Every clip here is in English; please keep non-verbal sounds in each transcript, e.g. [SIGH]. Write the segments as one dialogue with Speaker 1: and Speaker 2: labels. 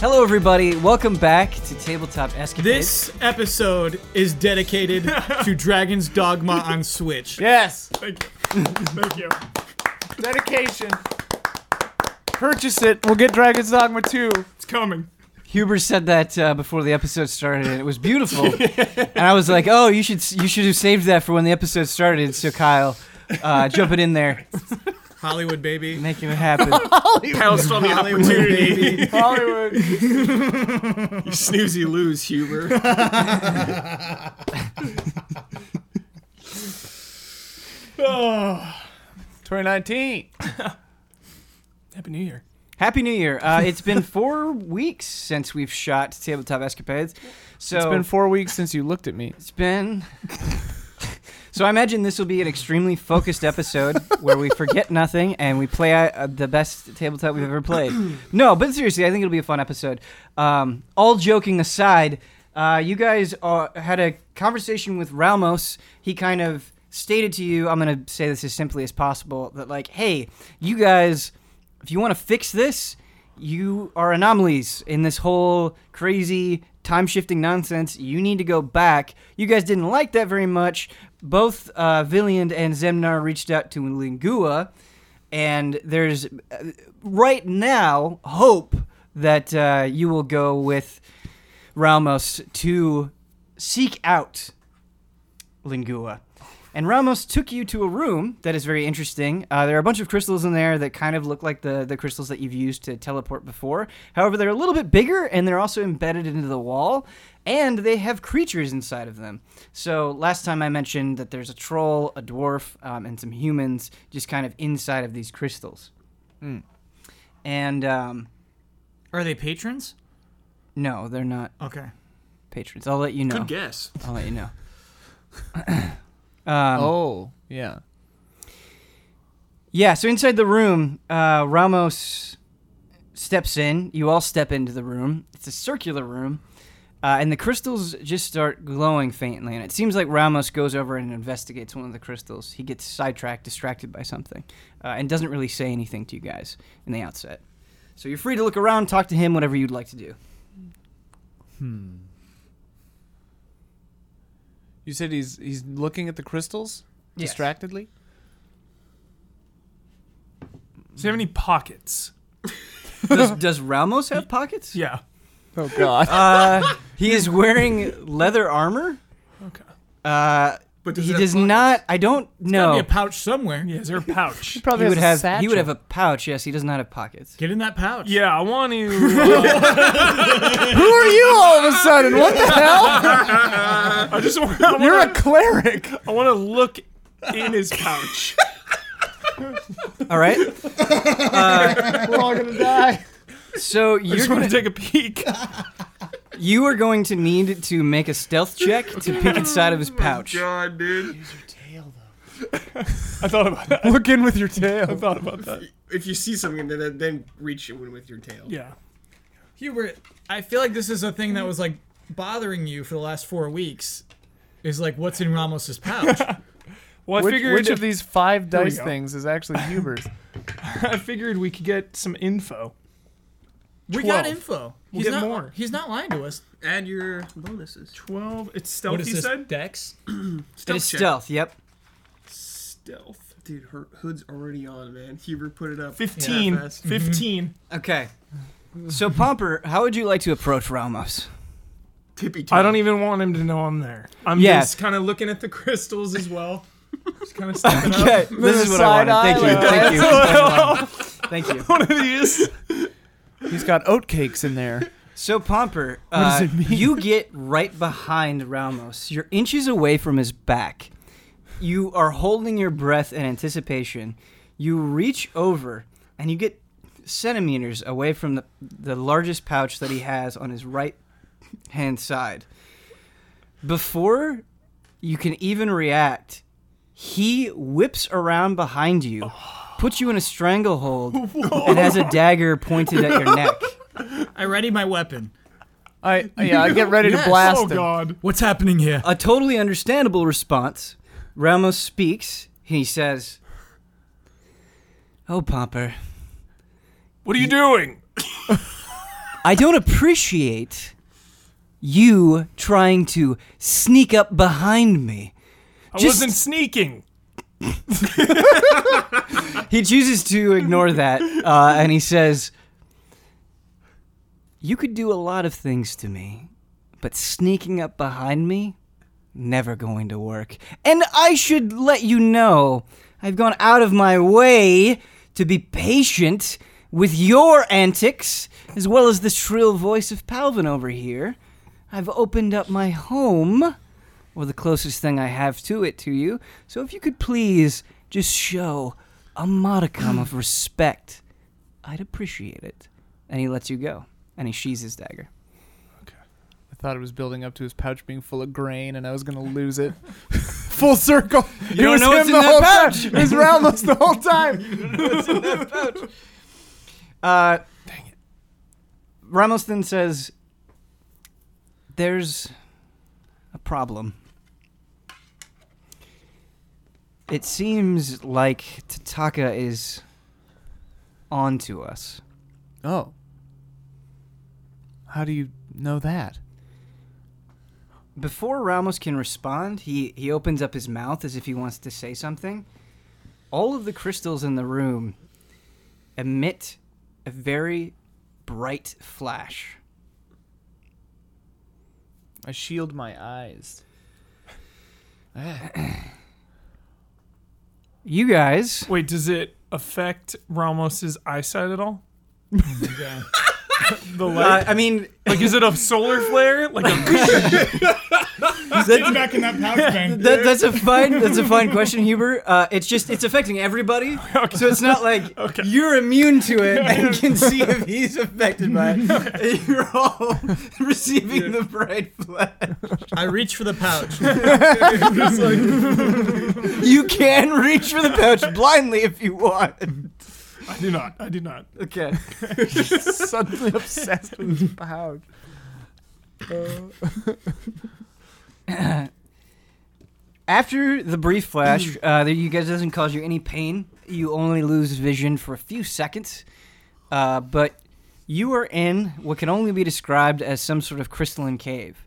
Speaker 1: Hello, everybody. Welcome back to Tabletop Escapades.
Speaker 2: This episode is
Speaker 3: [LAUGHS]
Speaker 2: dedicated to Dragon's Dogma on Switch.
Speaker 4: Yes.
Speaker 2: Thank you. Thank you.
Speaker 4: Dedication. Purchase it. We'll get Dragon's Dogma 2.
Speaker 2: It's coming.
Speaker 1: Huber said that uh, before the episode started, and it was beautiful. and I was like, "Oh, you should you should have saved that for when the episode started." So Kyle, uh, jumping in there,
Speaker 2: Hollywood baby.
Speaker 1: making it happen.
Speaker 5: pounced on the
Speaker 2: Hollywood
Speaker 5: opportunity.
Speaker 3: [LAUGHS]
Speaker 2: baby.
Speaker 4: [LAUGHS] Hollywood.
Speaker 5: You snooze, you lose, Huber.
Speaker 2: Oh.
Speaker 3: [LAUGHS]
Speaker 4: 2019.
Speaker 5: Happy New Year.
Speaker 1: Happy New Year! Uh, it's been four weeks since we've shot Tabletop Escapades, so
Speaker 4: It's been four weeks since you looked at me.
Speaker 1: It's been. [LAUGHS] so I imagine this will be an extremely focused episode where we forget nothing and we play uh, the best tabletop we've ever played. No, but seriously, I think it'll be a fun episode. Um, all joking aside, uh, you guys uh, had a conversation with Ramos. He kind of stated to you, I'm going to say this as simply as possible, that, like, hey, you guys, if you want to fix this, you are anomalies in this whole crazy time shifting nonsense. You need to go back. You guys didn't like that very much. Both uh, Villiand and Zemnar reached out to Lingua, and there's uh, right now hope that uh, you will go with Ramos to seek out Lingua. And Ramos took you to a room that is very interesting. Uh, there are a bunch of crystals in there that kind of look like the, the crystals that you've used to teleport before. However, they're a little bit bigger and they're also embedded into the wall, and they have creatures inside of them. So, last time I mentioned that there's a troll, a dwarf, um, and some humans just kind of inside of these crystals. And um,
Speaker 2: Are they patrons?
Speaker 1: no, they're not
Speaker 2: Okay.
Speaker 1: patrons. I'll let you know.
Speaker 5: Good guess.
Speaker 1: I'll let you know. um,
Speaker 4: Oh, yeah.
Speaker 1: Yeah, so inside the room, uh, Ramos steps in. You all step into the room. It's a circular room, uh, and the crystals just start glowing faintly. And it seems like Ramos goes over and investigates one of the crystals. He gets sidetracked, distracted by something, uh, and doesn't really say anything to you guys in the outset. So you're free to look around, talk to him, whatever you'd like
Speaker 3: [LAUGHS]
Speaker 1: to do.
Speaker 4: You said he's he's looking at the crystals
Speaker 1: Yes.
Speaker 4: distractedly?
Speaker 3: Does he have any pockets?
Speaker 1: Does, does Ramos have pockets?
Speaker 3: Yeah.
Speaker 4: Oh, God.
Speaker 1: Uh, he is wearing leather armor.
Speaker 3: Okay.
Speaker 1: Uh,
Speaker 5: But
Speaker 1: he does not. I don't
Speaker 2: Gotta
Speaker 1: know.
Speaker 2: be a pouch somewhere.
Speaker 3: Yeah, is there a pouch?
Speaker 4: probably
Speaker 1: he would
Speaker 4: has a
Speaker 1: have he
Speaker 4: satchel.
Speaker 1: would have a pouch. Yes, he does not have pockets.
Speaker 2: Get in that pouch.
Speaker 3: yeah, I want to. uh,
Speaker 4: [LAUGHS] Who are you all of a sudden? What the hell?
Speaker 3: I just want. I
Speaker 4: You're
Speaker 3: want
Speaker 4: a cleric.
Speaker 3: to. I want to look in his pouch.
Speaker 1: All right.
Speaker 4: We're all going to die.
Speaker 1: So
Speaker 3: I
Speaker 1: you're
Speaker 3: just want
Speaker 1: gonna,
Speaker 3: to take a peek.
Speaker 1: you are going to need to make a stealth check to peek inside of his pouch.
Speaker 5: God, dude.
Speaker 3: I thought about that.
Speaker 4: Look in with your tail.
Speaker 3: I thought about that.
Speaker 5: If you see something, then, then reach it with your tail.
Speaker 3: Yeah.
Speaker 2: Hubert, I feel like this is a thing that was like bothering you for the last four weeks. Is like what's in
Speaker 3: [LAUGHS]
Speaker 2: Ramos's pouch?
Speaker 3: Well, I
Speaker 4: Which,
Speaker 3: figured.
Speaker 4: which of these five
Speaker 3: we
Speaker 4: dice
Speaker 3: go.
Speaker 4: things is actually
Speaker 3: [LAUGHS]
Speaker 4: Huber's?
Speaker 3: I figured we could get some info.
Speaker 2: we got
Speaker 3: 12.
Speaker 2: info.
Speaker 3: We'll
Speaker 2: he's
Speaker 3: get
Speaker 2: not,
Speaker 3: more.
Speaker 2: He's not lying to us.
Speaker 5: Add your bonuses.
Speaker 3: Twelve. It's stealth.
Speaker 2: What is
Speaker 3: You
Speaker 2: this?
Speaker 3: said.
Speaker 2: Dex.
Speaker 1: It
Speaker 5: Stealth
Speaker 1: is
Speaker 5: check.
Speaker 1: stealth. Yep.
Speaker 5: Stealth. Dude, her hood's already on, man. Huber put it up.
Speaker 3: Fifteen.
Speaker 5: Yeah, fast.
Speaker 3: Fifteen.
Speaker 1: Okay. So Pomper, how would you like to approach Ramos?
Speaker 5: Tippy toe.
Speaker 3: I don't even want him to know I'm there. I'm
Speaker 1: Yeah.
Speaker 3: just [LAUGHS] kind of looking at the crystals as
Speaker 2: [LAUGHS]
Speaker 3: well. Just kind of stepping up.
Speaker 1: Okay. This is what I
Speaker 4: side
Speaker 1: wanted. Thank you.
Speaker 4: eye.
Speaker 1: Thank you.
Speaker 4: [LAUGHS]
Speaker 1: That's what I
Speaker 3: One
Speaker 1: wanted. Thank you.
Speaker 3: of these.
Speaker 4: He's got oatcakes in there.
Speaker 1: So Pomper, uh, you get right behind Ramos. You're inches away from his back. You are holding your breath in anticipation. You reach over and you get centimeters away from the the largest pouch that he has on his right hand side. Before you can even react, he whips around behind you, puts you in a stranglehold, and has a dagger pointed at your neck.
Speaker 2: I ready my weapon.
Speaker 4: I
Speaker 3: [LAUGHS]
Speaker 4: yeah, I get ready
Speaker 2: Yes.
Speaker 4: to blast
Speaker 3: Oh
Speaker 4: him.
Speaker 3: God.
Speaker 2: What's happening here?
Speaker 1: [LAUGHS] a totally understandable response. Ramos speaks. He says, "Oh, Pomper,
Speaker 3: What are you doing?
Speaker 1: [LAUGHS] I don't appreciate you trying to sneak up behind me.
Speaker 4: I
Speaker 1: Just-
Speaker 4: wasn't sneaking.
Speaker 1: [LAUGHS] He chooses to ignore that, uh, and he says, "You could do a lot of things to me, but sneaking up behind me, never going to work. And I should let you know, I've gone out of my way to be patient with your antics, as well as the shrill voice of Palvin over here. I've opened up my home." or the closest thing I have to it to you. So if you could please just show a
Speaker 3: [SIGHS]
Speaker 1: modicum of respect, I'd appreciate it. And he lets you go. And he sheathes his dagger.
Speaker 3: I thought it was building up to his pouch being full of grain, and I was gonna lose it. [LAUGHS] Full circle. You it
Speaker 1: don't
Speaker 3: was
Speaker 1: know what's
Speaker 3: him
Speaker 1: in
Speaker 3: the
Speaker 1: that
Speaker 3: whole
Speaker 1: pouch.
Speaker 3: Time. It [LAUGHS] was Ramos the whole time.
Speaker 1: Uh, Dang it. Ramos then says, There's a problem. It seems like Tataka is on to us.
Speaker 3: Oh. How do you know that?
Speaker 1: before Ramos can respond, he, he opens up his mouth as if he wants to say something. All of the crystals in the room emit a very bright flash.
Speaker 3: I shield my eyes.
Speaker 1: You guys,
Speaker 6: Wait, does it affect Ramos's eyesight at all?
Speaker 2: Yeah. [LAUGHS]
Speaker 6: The
Speaker 1: uh,
Speaker 6: light?
Speaker 1: I mean,
Speaker 6: like, is it a solar flare? Like, a,
Speaker 3: [LAUGHS]
Speaker 2: Get back in that pouch, man.
Speaker 1: that, that's a fine that's a fine question, Huber. Uh, it's just it's affecting everybody, so it's not like you're immune to it and can see if he's affected by it. [LAUGHS] You're all receiving the bright flash.
Speaker 2: I reach for the
Speaker 6: [LAUGHS]
Speaker 2: pouch.
Speaker 1: You can reach for the pouch blindly if you want. [LAUGHS]
Speaker 6: I do not. I do not.
Speaker 1: Okay.
Speaker 3: Suddenly obsessed with his pouch.
Speaker 1: After the brief flash, uh, that you guys doesn't cause you any pain. You only lose vision for a few seconds, uh, but you are in what can only be described as some sort of crystalline cave.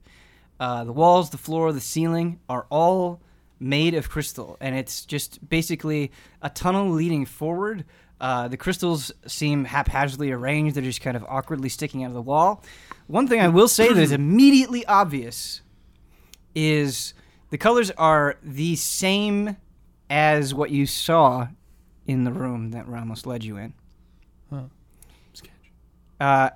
Speaker 1: Uh, the walls, the floor, the ceiling are all made of crystal, and it's just basically a tunnel leading forward. Uh, the crystals seem haphazardly arranged; they're just kind of awkwardly sticking out of the wall. One thing I will say that is immediately obvious is the colors are the same as what you saw in the room that Ramos led you in. Uh,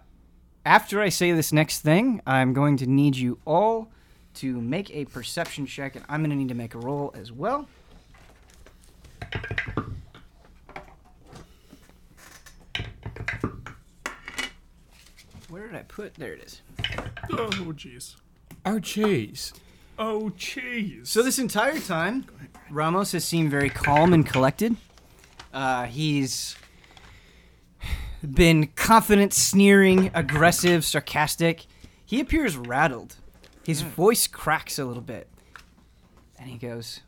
Speaker 1: after I say this next thing, I'm going to need you all to make a perception check, and I'm going to need to make a roll as well. Where did I put? There it is.
Speaker 6: Oh, jeez.
Speaker 3: Our cheese.
Speaker 6: Oh, jeez.
Speaker 1: So this entire time, Ramos has seemed very calm and collected. Uh, he's been confident, sneering, aggressive, sarcastic. He appears rattled. His voice cracks a little bit, and he goes,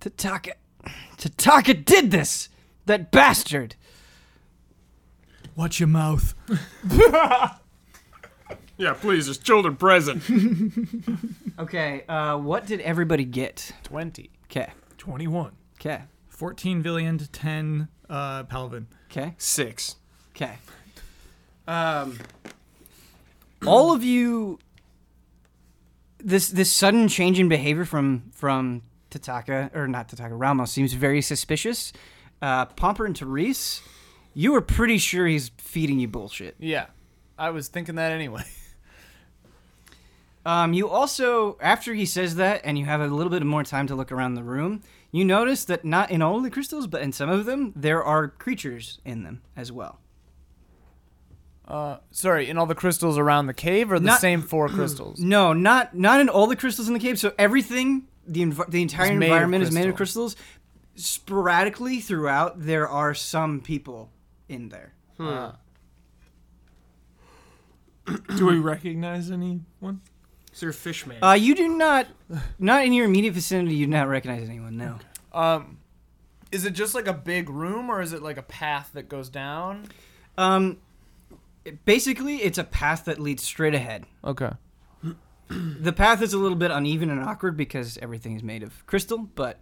Speaker 1: "Tataka, Tataka did this. That bastard."
Speaker 2: Watch your mouth.
Speaker 6: yeah, please. There's children present.
Speaker 1: Okay, uh, what did everybody get?
Speaker 3: 20.
Speaker 1: Okay,
Speaker 6: 21.
Speaker 1: okay,
Speaker 2: 14 Villian to 10 uh, Palvin.
Speaker 1: okay.
Speaker 6: Six.
Speaker 1: Okay. Um, all of you, this this sudden change in behavior from from Tataka or not Tataka Ramos seems very suspicious. Uh, Pomper and Therese, you were pretty sure he's feeding you bullshit.
Speaker 3: Yeah. I was thinking that anyway. [LAUGHS]
Speaker 1: Um, you also, after he says that, and you have a little bit more time to look around the room, you notice that not in all the crystals, but in some of them, there are creatures in them as well.
Speaker 3: Uh, sorry, in all the crystals around the cave or the
Speaker 1: Not-
Speaker 3: same [CLEARS THROAT] four crystals?
Speaker 1: No, not not in all the crystals in the cave. So everything, the env- the entire
Speaker 3: Is made of
Speaker 1: environment is made of crystals. Sporadically throughout, there are some people in there.
Speaker 6: Do we recognize anyone?
Speaker 5: Sir Fishman.
Speaker 1: Uh, you do not, not in your immediate vicinity. You do not recognize anyone. No.
Speaker 3: Um, Is it just like a big room, or is it like a path that goes down?
Speaker 1: Um, it- basically, it's a path that leads straight ahead.
Speaker 3: Okay.
Speaker 1: The path is a little bit uneven and awkward because everything is made of crystal, but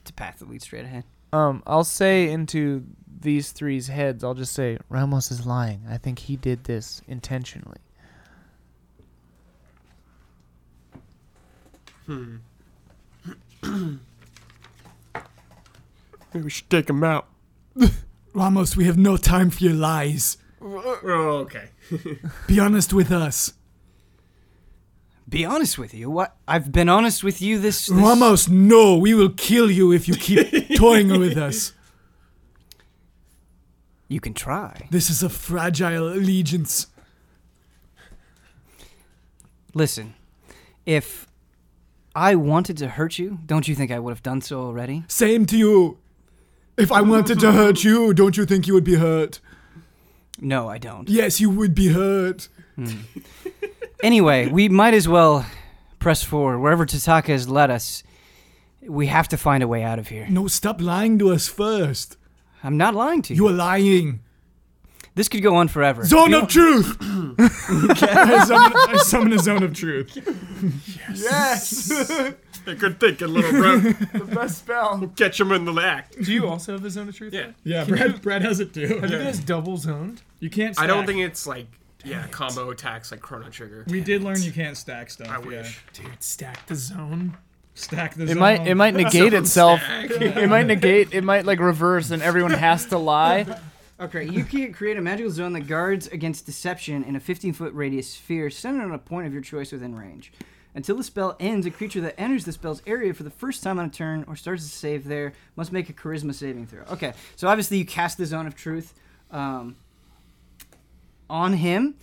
Speaker 1: it's a path that leads straight ahead.
Speaker 3: Um, I'll say into these three's heads, I'll just say Ramos is lying. I think he did this intentionally.
Speaker 5: Maybe we should take him out.
Speaker 2: Ramos, we have no time for your lies.
Speaker 5: Oh, okay.
Speaker 2: Be honest with us.
Speaker 1: Be honest with you. What I've been honest with you this, this
Speaker 2: Ramos, no, we will kill you if you
Speaker 6: [LAUGHS]
Speaker 2: keep toying with us.
Speaker 1: You can try.
Speaker 2: This is a fragile allegiance.
Speaker 1: Listen, if I wanted to hurt you, don't you think I would have done so already?
Speaker 2: Same to you. If I wanted to hurt you, don't you think you would be hurt?
Speaker 1: No, I don't.
Speaker 2: Yes, you would be hurt.
Speaker 1: Anyway, we might as well press forward wherever Tataka has led us. We have to find a way out of here.
Speaker 2: No, stop lying to us first.
Speaker 1: I'm not lying to you.
Speaker 2: You are lying.
Speaker 1: This could go on forever.
Speaker 2: Zone of
Speaker 5: [LAUGHS]
Speaker 2: truth. I, summon, I summon a zone of truth.
Speaker 4: Yes!
Speaker 5: [LAUGHS] Hey, good thinking, little [LAUGHS] bro.
Speaker 4: the best spell.
Speaker 5: Catch him in the act.
Speaker 6: Do you also have the zone of truth?
Speaker 5: Yeah.
Speaker 2: Yeah, Brad, Brad has it too.
Speaker 6: Have you guys double zoned?
Speaker 2: You can't.
Speaker 5: I don't think it's like yeah combo attacks like Chrono Trigger.
Speaker 2: we did learn you can't stack stuff.
Speaker 5: I wish.
Speaker 6: Dude, stack the zone.
Speaker 2: Stack the
Speaker 3: It might it
Speaker 4: [LAUGHS]
Speaker 3: might negate itself. It might negate. It might like reverse, and everyone has to lie.
Speaker 1: Okay, you can create a magical zone that guards against deception in a 15 foot radius sphere centered on a point of your choice within range. Until the spell ends, a creature that enters the spell's area for the first time on a turn or starts a save there must make a charisma saving throw. Okay, so obviously you cast the zone of truth um, on him,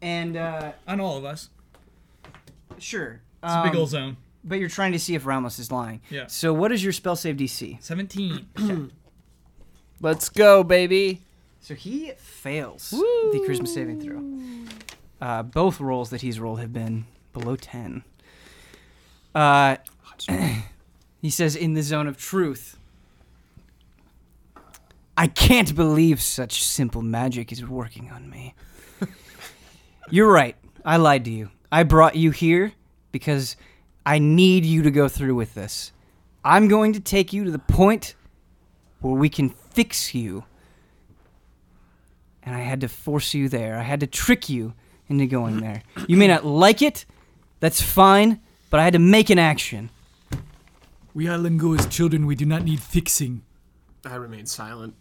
Speaker 1: and uh,
Speaker 2: Mm-hmm. on all of us.
Speaker 1: sure.
Speaker 2: It's a big
Speaker 1: um,
Speaker 2: old zone.
Speaker 1: But you're trying to see if Ramos is lying.
Speaker 2: Yeah.
Speaker 1: So what is your spell save DC?
Speaker 2: Seventeen.
Speaker 3: Let's go, baby.
Speaker 1: So he fails the charisma saving throw. Uh, both rolls that he's rolled have been below 10. Uh, [CLEARS THROAT] he says, in the zone of truth, I can't believe such simple magic is working on me. You're right. I lied to you. I brought you here because I need you to go through with this. I'm going to take you to the point where we can fix you and I had to force you there. I had to trick you into going there. You may not like it, that's fine, but I had to make an action.
Speaker 2: We are Lingoa's children. We do not need fixing.
Speaker 5: I remain silent.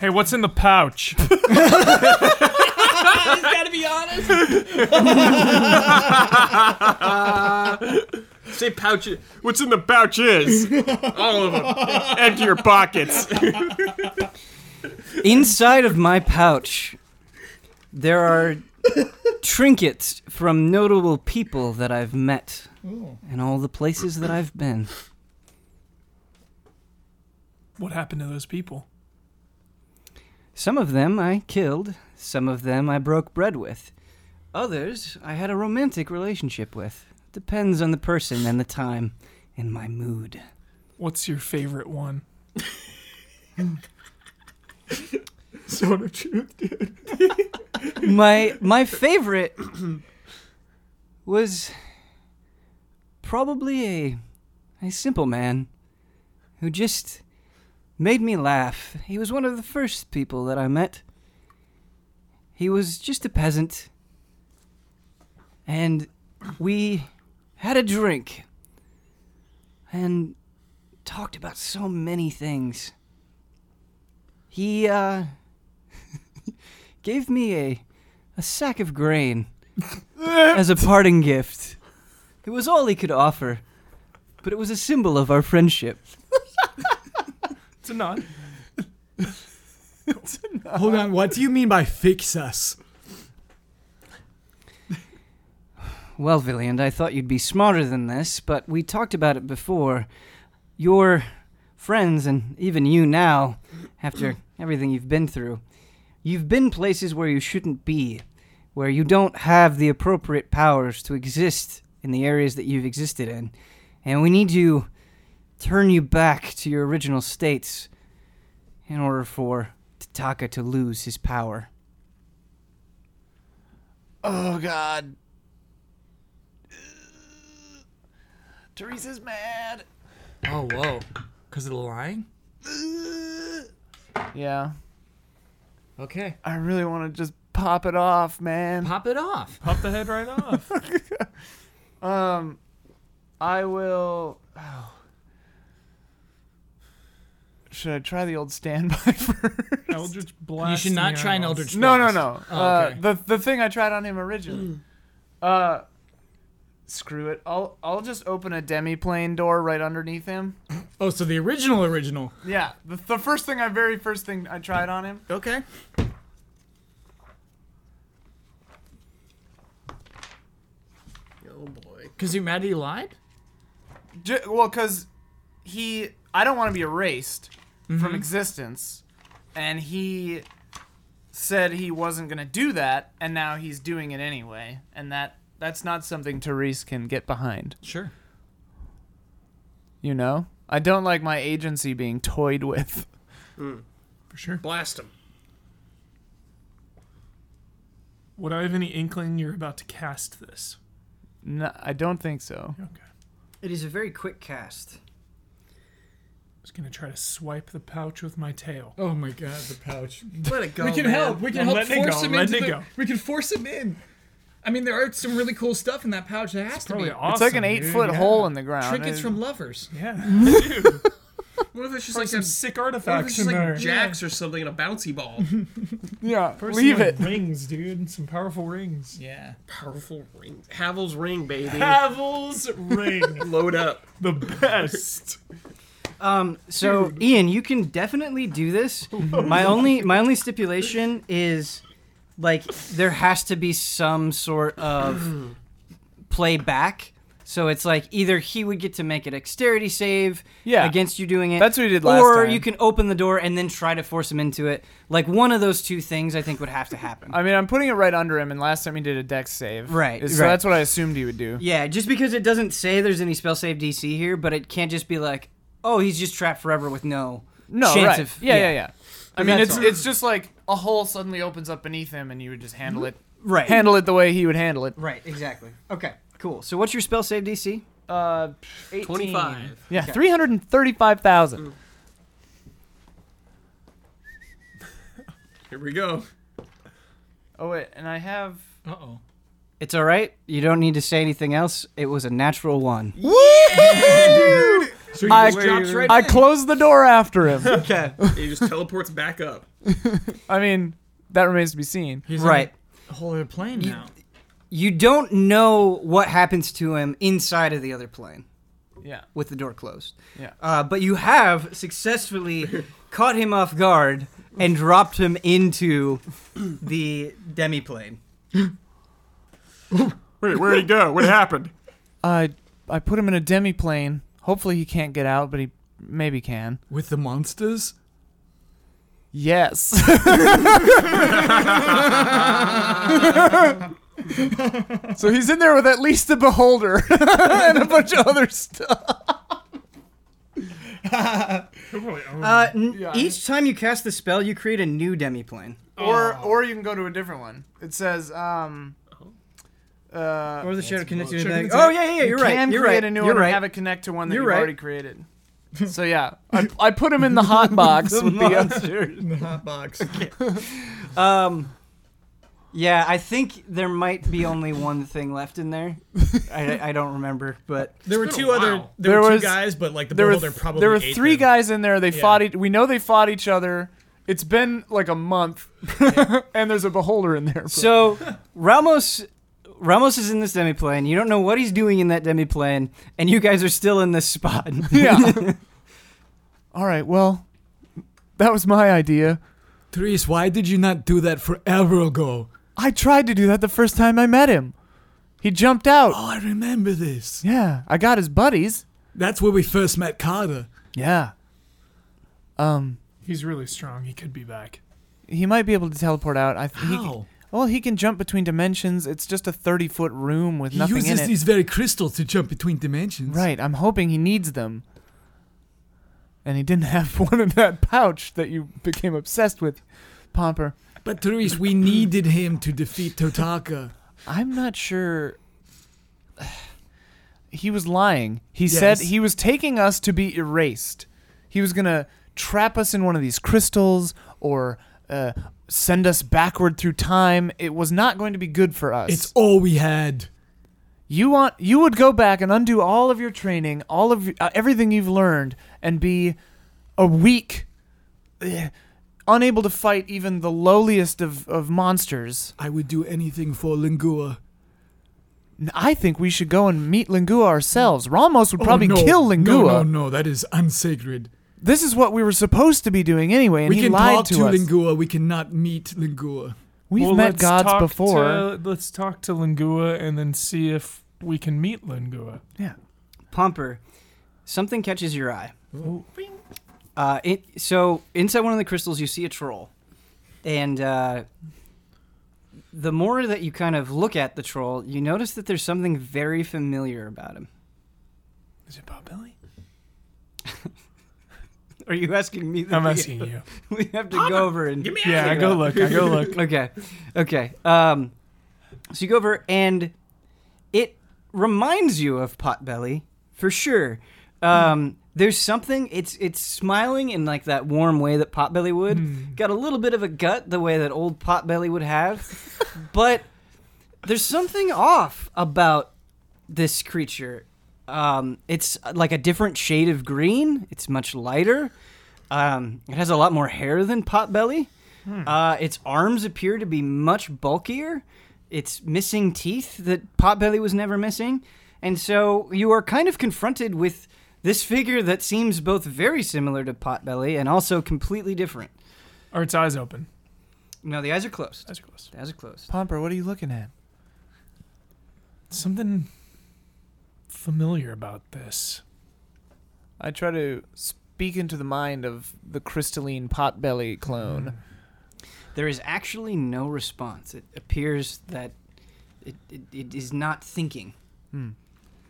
Speaker 6: Hey, what's in
Speaker 2: [LAUGHS]
Speaker 6: the pouch?
Speaker 5: Say pouch. What's in the pouch
Speaker 6: [LAUGHS]
Speaker 5: is all of them. Empty your pockets.
Speaker 1: Inside of my pouch, there are trinkets from notable people that I've met
Speaker 6: Oh.
Speaker 1: and all the places that I've been.
Speaker 6: what happened to those people?
Speaker 1: Some of them I killed, some of them I broke bread with, others I had a romantic relationship with. Depends on the person and the time and my mood.
Speaker 6: What's your
Speaker 2: [LAUGHS]
Speaker 6: favorite one?
Speaker 5: Zone of truth.
Speaker 1: my my favorite was probably a a simple man who just made me laugh. He was one of the first people that I met. He was just a peasant. And we had a drink and talked about so many things. He uh [LAUGHS] gave me a a sack of grain as a parting gift. It was all he could offer, but it was a symbol of our friendship.
Speaker 6: It's a nod.
Speaker 2: Hold on. What do you mean by fix us?
Speaker 1: Well, Villiand, I thought you'd be smarter than this, but we talked about it before. Your friends, and even you now, [CLEARS THROAT] after everything you've been through, you've been places where you shouldn't be, where you don't have the appropriate powers to exist in the areas that you've existed in. And we need you turn you back to your original states in order for Tataka to lose his power.
Speaker 4: [LAUGHS] Oh God. Teresa's mad.
Speaker 2: Oh, whoa. Because of the lying?
Speaker 4: Yeah,
Speaker 2: Okay.
Speaker 4: I really want to just pop it off, man.
Speaker 2: Pop it off.
Speaker 6: Pop the head
Speaker 2: [LAUGHS]
Speaker 6: right off.
Speaker 4: Um, I will. Oh. [SIGHS] Should I try the old standby [LAUGHS] first?
Speaker 6: Eldritch blast.
Speaker 2: you should
Speaker 6: in
Speaker 2: not
Speaker 6: the
Speaker 2: try an
Speaker 6: eyeballs.
Speaker 2: Eldritch
Speaker 4: No, no,
Speaker 2: Blast.
Speaker 4: no.
Speaker 2: Oh, okay.
Speaker 4: uh, the the thing I tried on him originally. uh, screw it. I'll I'll just open a demiplane door right underneath him.
Speaker 2: Oh, so the original original.
Speaker 4: Yeah, the, the first thing I very first thing I tried on him.
Speaker 2: Okay. Oh boy. Because you're mad he lied?
Speaker 4: J- well, cause he I don't want to be erased
Speaker 6: Mm-hmm.
Speaker 4: from existence, and he said he wasn't gonna do that, and now he's doing it anyway, and that that's not something Therese can get behind.
Speaker 2: Sure.
Speaker 4: You know, I don't like my agency being toyed with.
Speaker 6: For sure.
Speaker 5: Blast him.
Speaker 6: Would I have any inkling you're about to cast this?
Speaker 4: No, I don't think so.
Speaker 6: Okay.
Speaker 1: It is a very quick
Speaker 2: [LAUGHS]
Speaker 1: cast.
Speaker 6: Just gonna try to swipe the pouch with my tail.
Speaker 2: Oh my god, the pouch.
Speaker 5: Let it go.
Speaker 2: we can
Speaker 5: man.
Speaker 2: help. We can
Speaker 6: I'm
Speaker 2: help
Speaker 6: letting it
Speaker 2: force
Speaker 6: go,
Speaker 2: him
Speaker 6: I'm
Speaker 2: into
Speaker 6: letting
Speaker 2: the,
Speaker 6: it go.
Speaker 2: We can force him in. I mean, there are some really cool stuff in that pouch. That has to
Speaker 6: Probably
Speaker 2: be
Speaker 6: awesome.
Speaker 4: it's like an eight
Speaker 6: dude.
Speaker 4: foot
Speaker 6: Yeah.
Speaker 4: hole in the ground.
Speaker 2: trinkets
Speaker 4: It-
Speaker 2: from lovers.
Speaker 6: Yeah.
Speaker 5: What if it's just
Speaker 6: Like
Speaker 5: like
Speaker 6: some
Speaker 5: a
Speaker 6: sick
Speaker 5: what if it's
Speaker 6: artifacts in
Speaker 5: just
Speaker 6: there.
Speaker 5: like jacks or something and a bouncy
Speaker 6: [LAUGHS]
Speaker 5: ball?
Speaker 4: yeah,
Speaker 6: Or some,
Speaker 4: leave
Speaker 6: like,
Speaker 4: it.
Speaker 6: Rings, dude. Some powerful rings.
Speaker 2: Yeah.
Speaker 5: Powerful ring. Havel's ring, baby.
Speaker 6: Pavel's ring.
Speaker 5: [LAUGHS] Load up.
Speaker 6: The best.
Speaker 1: Um, so Ian, you can definitely do this.
Speaker 4: [LAUGHS]
Speaker 1: my only my only stipulation is like there has to be some sort
Speaker 4: [CLEARS THROAT]
Speaker 1: of playback. So it's like either he would get to make a dexterity save
Speaker 4: Yeah.
Speaker 1: against you doing it.
Speaker 4: That's what we did last
Speaker 1: or
Speaker 4: time.
Speaker 1: you can open the door and then try to force him into it. Like one of those two things I think would have to happen.
Speaker 4: [LAUGHS] I mean, I'm putting it right under him, and last time he did a dex save.
Speaker 1: Right,
Speaker 4: So
Speaker 1: right.
Speaker 4: that's what I assumed he would do.
Speaker 1: yeah, just because it doesn't say there's any spell save DC here, but it can't just be like, oh, he's just trapped forever with no,
Speaker 4: No,
Speaker 1: chance
Speaker 4: right.
Speaker 1: of
Speaker 4: yeah, yeah, yeah, I mean,
Speaker 1: that's
Speaker 4: it's
Speaker 1: all.
Speaker 4: it's just like a hole suddenly opens up beneath him, and you would just handle it,
Speaker 1: Right.
Speaker 4: handle it the way he would handle it.
Speaker 1: Right, exactly. Okay, cool. So what's your spell save DC?
Speaker 4: Uh, 18.
Speaker 5: 25.
Speaker 4: Yeah, three hundred and thirty-five thousand.
Speaker 1: Mm.
Speaker 5: [LAUGHS] Here we go.
Speaker 4: Oh wait, and I have.
Speaker 2: Uh oh.
Speaker 1: It's all right. You don't need to say anything else. It was a natural one.
Speaker 2: So he
Speaker 4: I-
Speaker 2: just drops right
Speaker 4: I
Speaker 2: in.
Speaker 4: closed the door after
Speaker 5: [LAUGHS]
Speaker 4: him.
Speaker 1: Okay.
Speaker 5: He just teleports back up.
Speaker 4: [LAUGHS] I mean, that remains to be seen.
Speaker 2: He's
Speaker 1: right.
Speaker 2: On a whole other plane now.
Speaker 1: You don't know what happens to him inside of the other plane
Speaker 4: Yeah.
Speaker 1: with the door closed.
Speaker 4: Yeah.
Speaker 1: Uh, but you have
Speaker 4: [LAUGHS]
Speaker 1: successfully caught him off guard and dropped him into the demiplane.
Speaker 5: Wait, where'd he go? What happened?
Speaker 4: I I put him in a demiplane. Hopefully he can't get out, but he maybe can.
Speaker 2: With the monsters?
Speaker 4: Yes. [LAUGHS] so he's in there with at least a beholder [LAUGHS] and a bunch of other stuff. Mm.
Speaker 1: Uh, n- Each time you cast the spell, you create a new demiplane.
Speaker 4: Or or you can go to a different one. It says um uh,
Speaker 1: Or the shadow connected to
Speaker 2: Shadow
Speaker 1: the
Speaker 2: connected-
Speaker 1: Oh, yeah, yeah, yeah, you're
Speaker 4: you
Speaker 1: right.
Speaker 4: Can
Speaker 1: you're
Speaker 4: create
Speaker 1: right.
Speaker 4: a new
Speaker 1: you're
Speaker 4: one
Speaker 1: right.
Speaker 4: and have it connect to one that
Speaker 1: You're
Speaker 4: you've
Speaker 1: right.
Speaker 4: already created. So yeah, I, I put him in [LAUGHS] the hot box
Speaker 1: [LAUGHS]
Speaker 4: with the other.
Speaker 2: In the hot [LAUGHS] box.
Speaker 1: Um, yeah, I think there might be only one thing left in there. I, I don't remember, but
Speaker 2: There were
Speaker 5: been a
Speaker 2: two other.
Speaker 5: while.
Speaker 2: There,
Speaker 4: There
Speaker 2: were
Speaker 4: was-
Speaker 2: two guys, but like the
Speaker 4: there were
Speaker 2: beholder
Speaker 4: th-
Speaker 2: probably.
Speaker 4: there were
Speaker 2: ate
Speaker 4: three
Speaker 2: them.
Speaker 4: guys in there. They
Speaker 2: Yeah.
Speaker 4: fought. Each, we know they fought each other. It's been like a month, [LAUGHS] and there's a beholder in there.
Speaker 1: so Ramos. Ramos is in this demiplane. You don't know what he's doing in that demiplane, and you guys are still in this spot. [LAUGHS]
Speaker 4: yeah. [LAUGHS] All right. Well, that was my idea.
Speaker 2: Therese, why did you not do that forever ago?
Speaker 4: I tried to do that the first time I met him. He jumped out.
Speaker 2: Oh, I remember this.
Speaker 4: Yeah, I got his buddies.
Speaker 2: That's where we first met Carter.
Speaker 4: Yeah. Um,
Speaker 6: He's really strong. He could be back.
Speaker 4: he might be able to teleport out. I th- he c-
Speaker 2: How?
Speaker 4: well, he can jump between dimensions. It's just a thirty-foot room with
Speaker 2: He
Speaker 4: nothing in
Speaker 2: uses
Speaker 4: it.
Speaker 2: these very crystals to jump between dimensions.
Speaker 4: Right. I'm hoping he needs them. and he didn't [LAUGHS] have one in that pouch that you became obsessed with, Pomper.
Speaker 2: But Therese, we needed him to defeat Totaka.
Speaker 4: I'm not sure. [SIGHS] He was lying. He
Speaker 2: Yes.
Speaker 4: said he was taking us to be erased. He was going to trap us in one of these crystals or uh, send us backward through time. It was not going to be good for us.
Speaker 2: It's all we had.
Speaker 4: you want you would go back and undo all of your training, all of your, uh, everything you've learned and be a weak [SIGHS] eh, unable to fight even the lowliest of, of monsters.
Speaker 2: I would do anything for Lingua.
Speaker 4: I think we should go and meet Lingua ourselves. Ramos would probably
Speaker 2: Oh, no.
Speaker 4: kill Lingua.
Speaker 2: No, no, no, that is unsacred.
Speaker 4: This is what we were supposed to be doing anyway, and
Speaker 2: we
Speaker 4: he
Speaker 2: can
Speaker 4: lied
Speaker 2: talk
Speaker 4: to,
Speaker 2: to,
Speaker 4: us.
Speaker 2: Lingua, we cannot meet Lingua.
Speaker 4: We've
Speaker 6: Well,
Speaker 4: met
Speaker 6: let's
Speaker 4: gods
Speaker 6: talk
Speaker 4: before.
Speaker 6: to- let's talk to Lingua and then see if we can meet Lingua.
Speaker 1: Pomper, something catches your eye. Uh, it, so inside one of the crystals, you see a troll, and uh, the more that you kind of look at the troll, you notice that there's something very familiar about him.
Speaker 6: Is it Bob Billy?
Speaker 1: Are you asking me? That
Speaker 6: I'm
Speaker 1: we-
Speaker 6: asking you.
Speaker 1: [LAUGHS] We have to go over and
Speaker 5: me
Speaker 6: Yeah, I go look. I
Speaker 2: [LAUGHS]
Speaker 6: go look.
Speaker 1: [LAUGHS] okay, okay. Um, so you go over, and it reminds you of Potbelly for sure. Um, There's something. It's it's smiling in like that warm way that Potbelly would. Got a little bit of a gut the way that old Potbelly would have, but there's something off about this creature. Um, it's like a different shade of green. It's much lighter. Um, it has a lot more hair than Potbelly. Uh, its arms appear to be much bulkier. It's missing teeth that Potbelly was never missing. And so you are kind of confronted with this figure that seems both very similar to Potbelly and also completely different.
Speaker 6: Are its eyes open?
Speaker 1: No, the eyes are closed.
Speaker 6: Eyes are closed.
Speaker 1: The eyes are closed.
Speaker 4: Pomper, what are you looking at?
Speaker 6: Something familiar about this.
Speaker 4: I try to speak into the mind of the crystalline potbelly clone.
Speaker 1: There is actually no response. It appears that it, it, it is not thinking.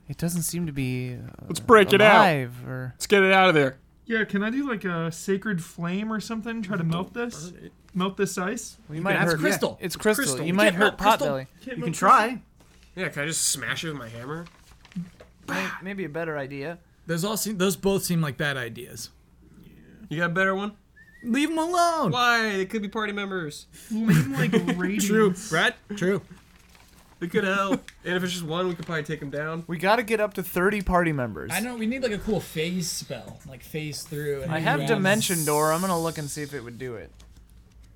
Speaker 4: It doesn't seem to be. Uh,
Speaker 5: Let's break it out.
Speaker 4: it out. Or
Speaker 5: Let's get it out of there.
Speaker 7: Yeah, can I do like a sacred flame or something? Try to melt this, melt this ice.
Speaker 4: well, you might
Speaker 2: ask
Speaker 4: hurt
Speaker 2: Crystal.
Speaker 4: It's crystal.
Speaker 2: Crystal.
Speaker 4: You
Speaker 2: You
Speaker 4: might
Speaker 2: can't melt
Speaker 4: hurt
Speaker 2: crystal.
Speaker 4: potbelly.
Speaker 1: You can try.
Speaker 5: Yeah, can I just smash it with my hammer?
Speaker 3: May- Maybe a better idea.
Speaker 2: Those all seem, those both seem like bad ideas.
Speaker 5: You got a better one?
Speaker 2: Leave them alone.
Speaker 5: Why? They could be party members.
Speaker 7: Flame like radiance.
Speaker 5: True, right?
Speaker 2: True.
Speaker 5: They
Speaker 2: [LAUGHS]
Speaker 5: could help. and if it's just one, we could probably take them down.
Speaker 4: We got to get up to 30 party members.
Speaker 2: I know we need like a cool phase spell, like phase through. And
Speaker 4: I have dimension door. I'm gonna look and see if it would do it.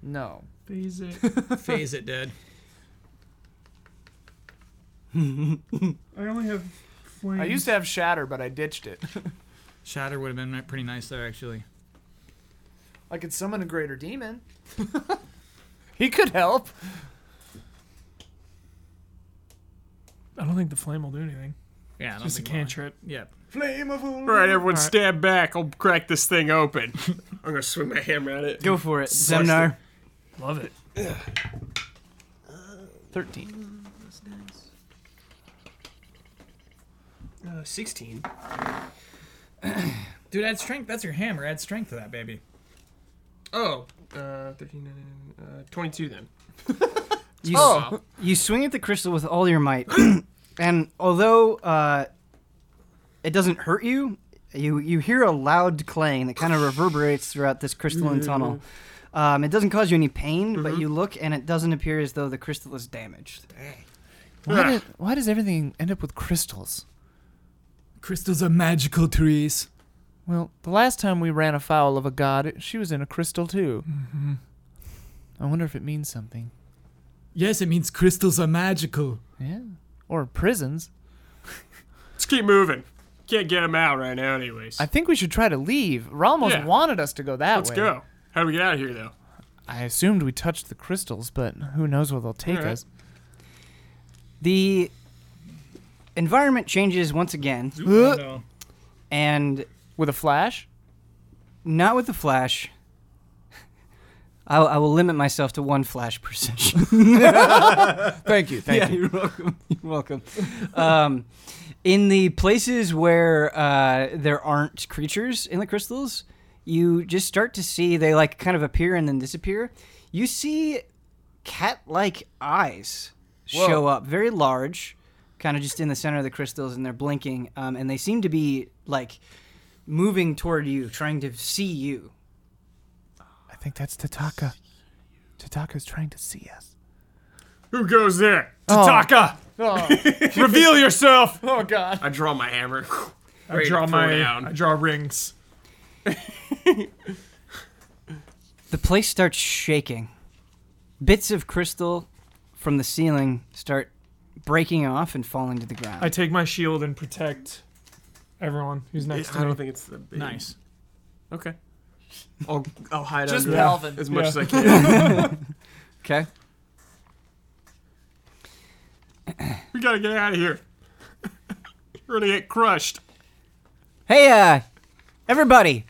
Speaker 4: No.
Speaker 7: Phase it.
Speaker 5: [LAUGHS]
Speaker 6: [LAUGHS]
Speaker 2: Phase it, dude.
Speaker 7: I only have flame.
Speaker 4: I used to have shatter, but I ditched it.
Speaker 2: Shatter would have been ni- pretty nice there, actually.
Speaker 4: [LAUGHS] I could summon a greater demon. [LAUGHS] he could help.
Speaker 6: I don't think the flame will do anything.
Speaker 2: Yeah, I don't
Speaker 6: Just a
Speaker 2: think we'll-
Speaker 6: cantrip.
Speaker 2: Yeah.
Speaker 4: Flame of Ulm.
Speaker 5: All right, everyone, stab back. I'll crack this thing open. [LAUGHS] I'm gonna swing my hammer at it.
Speaker 1: Go for it,
Speaker 5: Slice
Speaker 1: Zemnar.
Speaker 6: Love it.
Speaker 4: 13.
Speaker 5: Uh, 16.
Speaker 2: [CLEARS THROAT] Dude, add strength. That's your hammer. Add strength to that baby.
Speaker 5: Oh, uh, 13, uh, 22 then.
Speaker 1: You, you swing at the crystal with all your might, [CLEARS THROAT] and although uh, it doesn't hurt you, you you hear a loud clang that kind of reverberates throughout this crystalline tunnel. Um, it doesn't cause you any pain, but you look and it doesn't appear as though the crystal is damaged.
Speaker 4: Why, did, why does everything end up with crystals?
Speaker 2: Crystals are magical trees.
Speaker 4: Well, the last time we ran afoul of a god, it- she was in a crystal too. Mm-hmm. I wonder if it means something.
Speaker 2: Yes, it means crystals are magical.
Speaker 4: Yeah. Or prisons.
Speaker 5: Let's keep moving. Can't get him out right now, anyways.
Speaker 4: I think we should try to leave. Ramos
Speaker 5: Yeah.
Speaker 4: wanted us to go that
Speaker 5: Let's
Speaker 4: way.
Speaker 5: go. How do we get out of here, though?
Speaker 4: I assumed we touched the crystals, but who knows where they'll take
Speaker 5: All right.
Speaker 4: us.
Speaker 1: The environment changes once again,
Speaker 4: Uh,
Speaker 2: no.
Speaker 1: and
Speaker 4: With a flash?
Speaker 1: not with the flash. [LAUGHS] I, I will limit myself to one flash per session.
Speaker 4: Thank you. Thank
Speaker 1: [LAUGHS] yeah,
Speaker 4: you.
Speaker 1: are welcome. You're welcome. Um, in the places where uh, there aren't creatures in the crystals, you just start to see they like kind of appear and then disappear. You see cat-like eyes show up, very large, kind of just in the center of the crystals, and they're blinking, um, and they seem to be like moving toward you, trying to see you.
Speaker 4: I think that's Tataka. Tataka's trying to see us.
Speaker 5: Who goes there? Tataka!
Speaker 4: Oh, [LAUGHS]
Speaker 5: Reveal yourself!
Speaker 3: Oh god.
Speaker 5: I draw my hammer. [LAUGHS]
Speaker 7: I draw my.
Speaker 5: down.
Speaker 7: I draw rings.
Speaker 1: The place starts shaking. Bits of crystal from the ceiling start breaking off and falling to the ground.
Speaker 7: I take my shield and protect everyone who's next to
Speaker 5: I
Speaker 7: me.
Speaker 5: don't think it's the big.
Speaker 2: Nice.
Speaker 5: Okay. I'll, I'll hide
Speaker 3: Just
Speaker 5: under
Speaker 3: Palvin.
Speaker 5: as much
Speaker 7: Yeah.
Speaker 5: as I can. [LAUGHS]
Speaker 1: okay.
Speaker 5: we gotta get out of here. [LAUGHS] We're gonna get crushed.
Speaker 1: Hey, uh,
Speaker 4: [LAUGHS]
Speaker 1: everybody,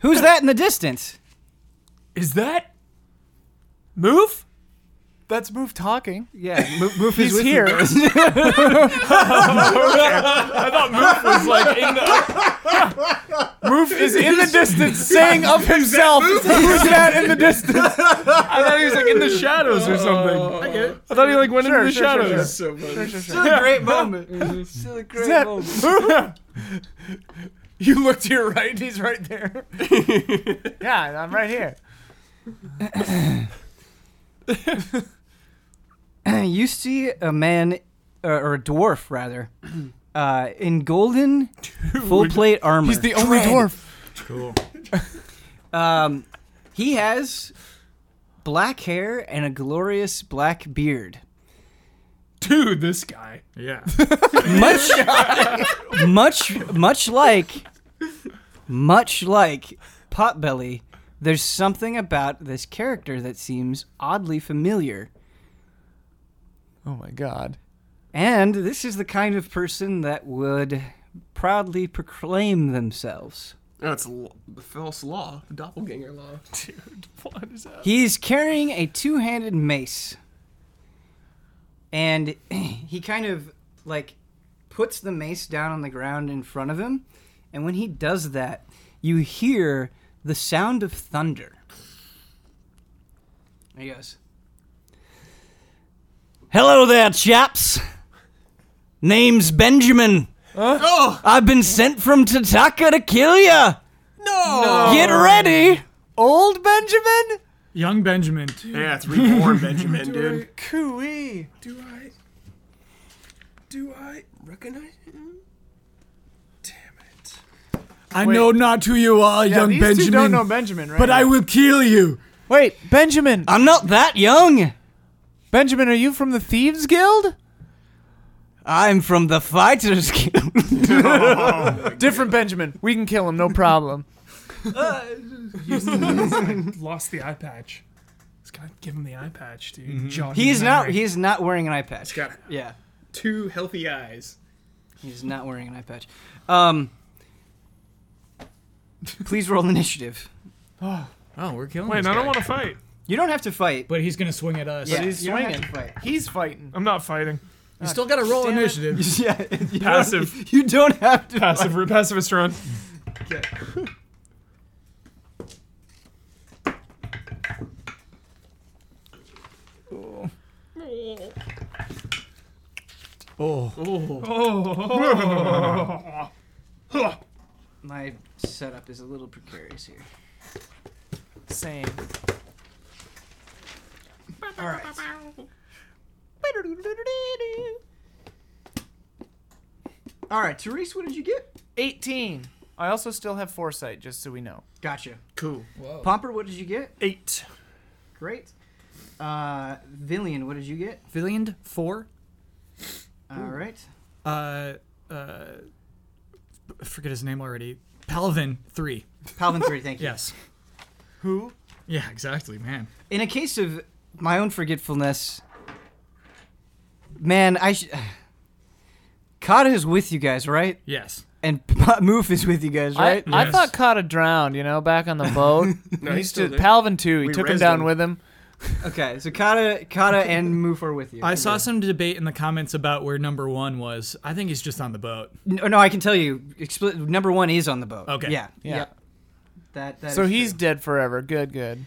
Speaker 1: who's that in the distance?
Speaker 7: Is that move?
Speaker 4: That's Move talking.
Speaker 1: Yeah, [LAUGHS] Moof, Moof
Speaker 4: He's
Speaker 1: is with you
Speaker 4: here.
Speaker 1: guys.
Speaker 7: It's like [LAUGHS] in the,
Speaker 4: Move is in the distance saying of himself, [LAUGHS] who's that in the distance?
Speaker 7: I thought he was like in the shadows or something. I get it. I thought he like went into the
Speaker 4: sure, sure,
Speaker 7: shadows.
Speaker 5: So much. [LAUGHS]
Speaker 1: Still a great moment. Still a great
Speaker 4: that-
Speaker 1: moment.
Speaker 4: [LAUGHS] You look to your right, he's right there.
Speaker 3: Yeah, I'm right here.
Speaker 1: [CLEARS THROAT] You see a man, uh, or a dwarf rather, [CLEARS THROAT] uh, in golden full plate armor.
Speaker 4: He's the only dwarf.
Speaker 1: Um, he has black hair and a glorious black beard.
Speaker 7: Dude, this guy.
Speaker 2: Yeah.
Speaker 1: Much, much, much like, much like Potbelly. There's something about this character that seems oddly familiar,
Speaker 4: Oh my god.
Speaker 1: and this is the kind of person that would proudly proclaim themselves.
Speaker 5: That's l- the false law, the doppelganger law. Dude, what is that?
Speaker 1: He's carrying a two-handed mace. And [CLEARS THROAT] he kind of like puts the mace down on the ground in front of him, and when he does that, you hear the sound of thunder. He goes, "Hello there, chaps. Name's Benjamin.
Speaker 5: Oh!
Speaker 1: I've been sent from Tataka to kill ya. No, get ready."
Speaker 4: Old Benjamin?
Speaker 2: Young Benjamin. Dude.
Speaker 5: Yeah, it's reborn Benjamin, dude.
Speaker 4: Cooey.
Speaker 5: Do I. Do I recognize him? Damn it.
Speaker 2: I know not who you are, young
Speaker 3: These
Speaker 2: Benjamin.
Speaker 3: two don't know Benjamin, right?
Speaker 2: but I will kill you.
Speaker 4: Wait, Benjamin.
Speaker 1: I'm not that young.
Speaker 4: Benjamin, are you from the Thieves Guild?
Speaker 1: I'm from the Fighters [LAUGHS] Guild.
Speaker 4: Different Benjamin. We can kill him, no problem.
Speaker 7: [LAUGHS] Lost the eye patch. This guy give him the eye patch, dude. Jog
Speaker 1: He's
Speaker 7: his
Speaker 1: not.
Speaker 7: memory.
Speaker 1: He's not wearing an eye patch.
Speaker 5: got-
Speaker 1: Yeah,
Speaker 5: Two healthy eyes.
Speaker 1: he's not wearing an eye patch. Um, please roll initiative.
Speaker 2: Oh, we're killing
Speaker 7: Wait, I don't want to fight.
Speaker 1: You don't have to fight.
Speaker 2: But he's gonna swing at us.
Speaker 1: yeah,
Speaker 3: he's
Speaker 1: you don't have to fight. Ah,
Speaker 3: He's fighting.
Speaker 7: I'm not fighting.
Speaker 2: You still gotta roll initiative.
Speaker 1: [LAUGHS] Yeah, you
Speaker 7: Passive.
Speaker 1: Don't, you don't have to.
Speaker 7: [LAUGHS] Passive. We're pacifist run.
Speaker 1: My setup is a little precarious here.
Speaker 3: Same.
Speaker 1: All right. All right, Therese, what did you get?
Speaker 3: 18. I also still have foresight, just so we know.
Speaker 1: Gotcha.
Speaker 5: Cool.
Speaker 1: Pomper, what did you get?
Speaker 5: Eight.
Speaker 1: Great. Uh, Villian, what did you get?
Speaker 2: Villiand four.
Speaker 1: All right.
Speaker 2: Uh, uh, I forget his name already. Palvin three.
Speaker 1: Palvin three, thank you.
Speaker 2: [LAUGHS] Yes.
Speaker 3: Who?
Speaker 2: Yeah, exactly, man.
Speaker 1: in a case of my own forgetfulness, man, I sh- [SIGHS] Kata is with you guys, right?
Speaker 2: Yes.
Speaker 1: And [LAUGHS] Moof is with you guys, right?
Speaker 4: I, I
Speaker 2: Yes.
Speaker 4: thought Kata drowned, you know, back on the boat.
Speaker 5: No, he's
Speaker 4: He's
Speaker 5: still
Speaker 4: just-
Speaker 5: there.
Speaker 4: Palvin too. He
Speaker 5: We
Speaker 4: took him
Speaker 5: raised
Speaker 4: down
Speaker 5: him.
Speaker 4: with him.
Speaker 1: Okay, so Kata, Kata, and Moof are with you.
Speaker 2: I saw some debate in the comments about where number one was. I think he's just on the boat.
Speaker 1: No, no, I can tell you. Expli- number one is on the boat.
Speaker 2: Okay.
Speaker 1: Yeah.
Speaker 4: Yeah.
Speaker 1: That, that
Speaker 4: So
Speaker 1: is
Speaker 4: he's
Speaker 1: true.
Speaker 4: dead forever. Good, good.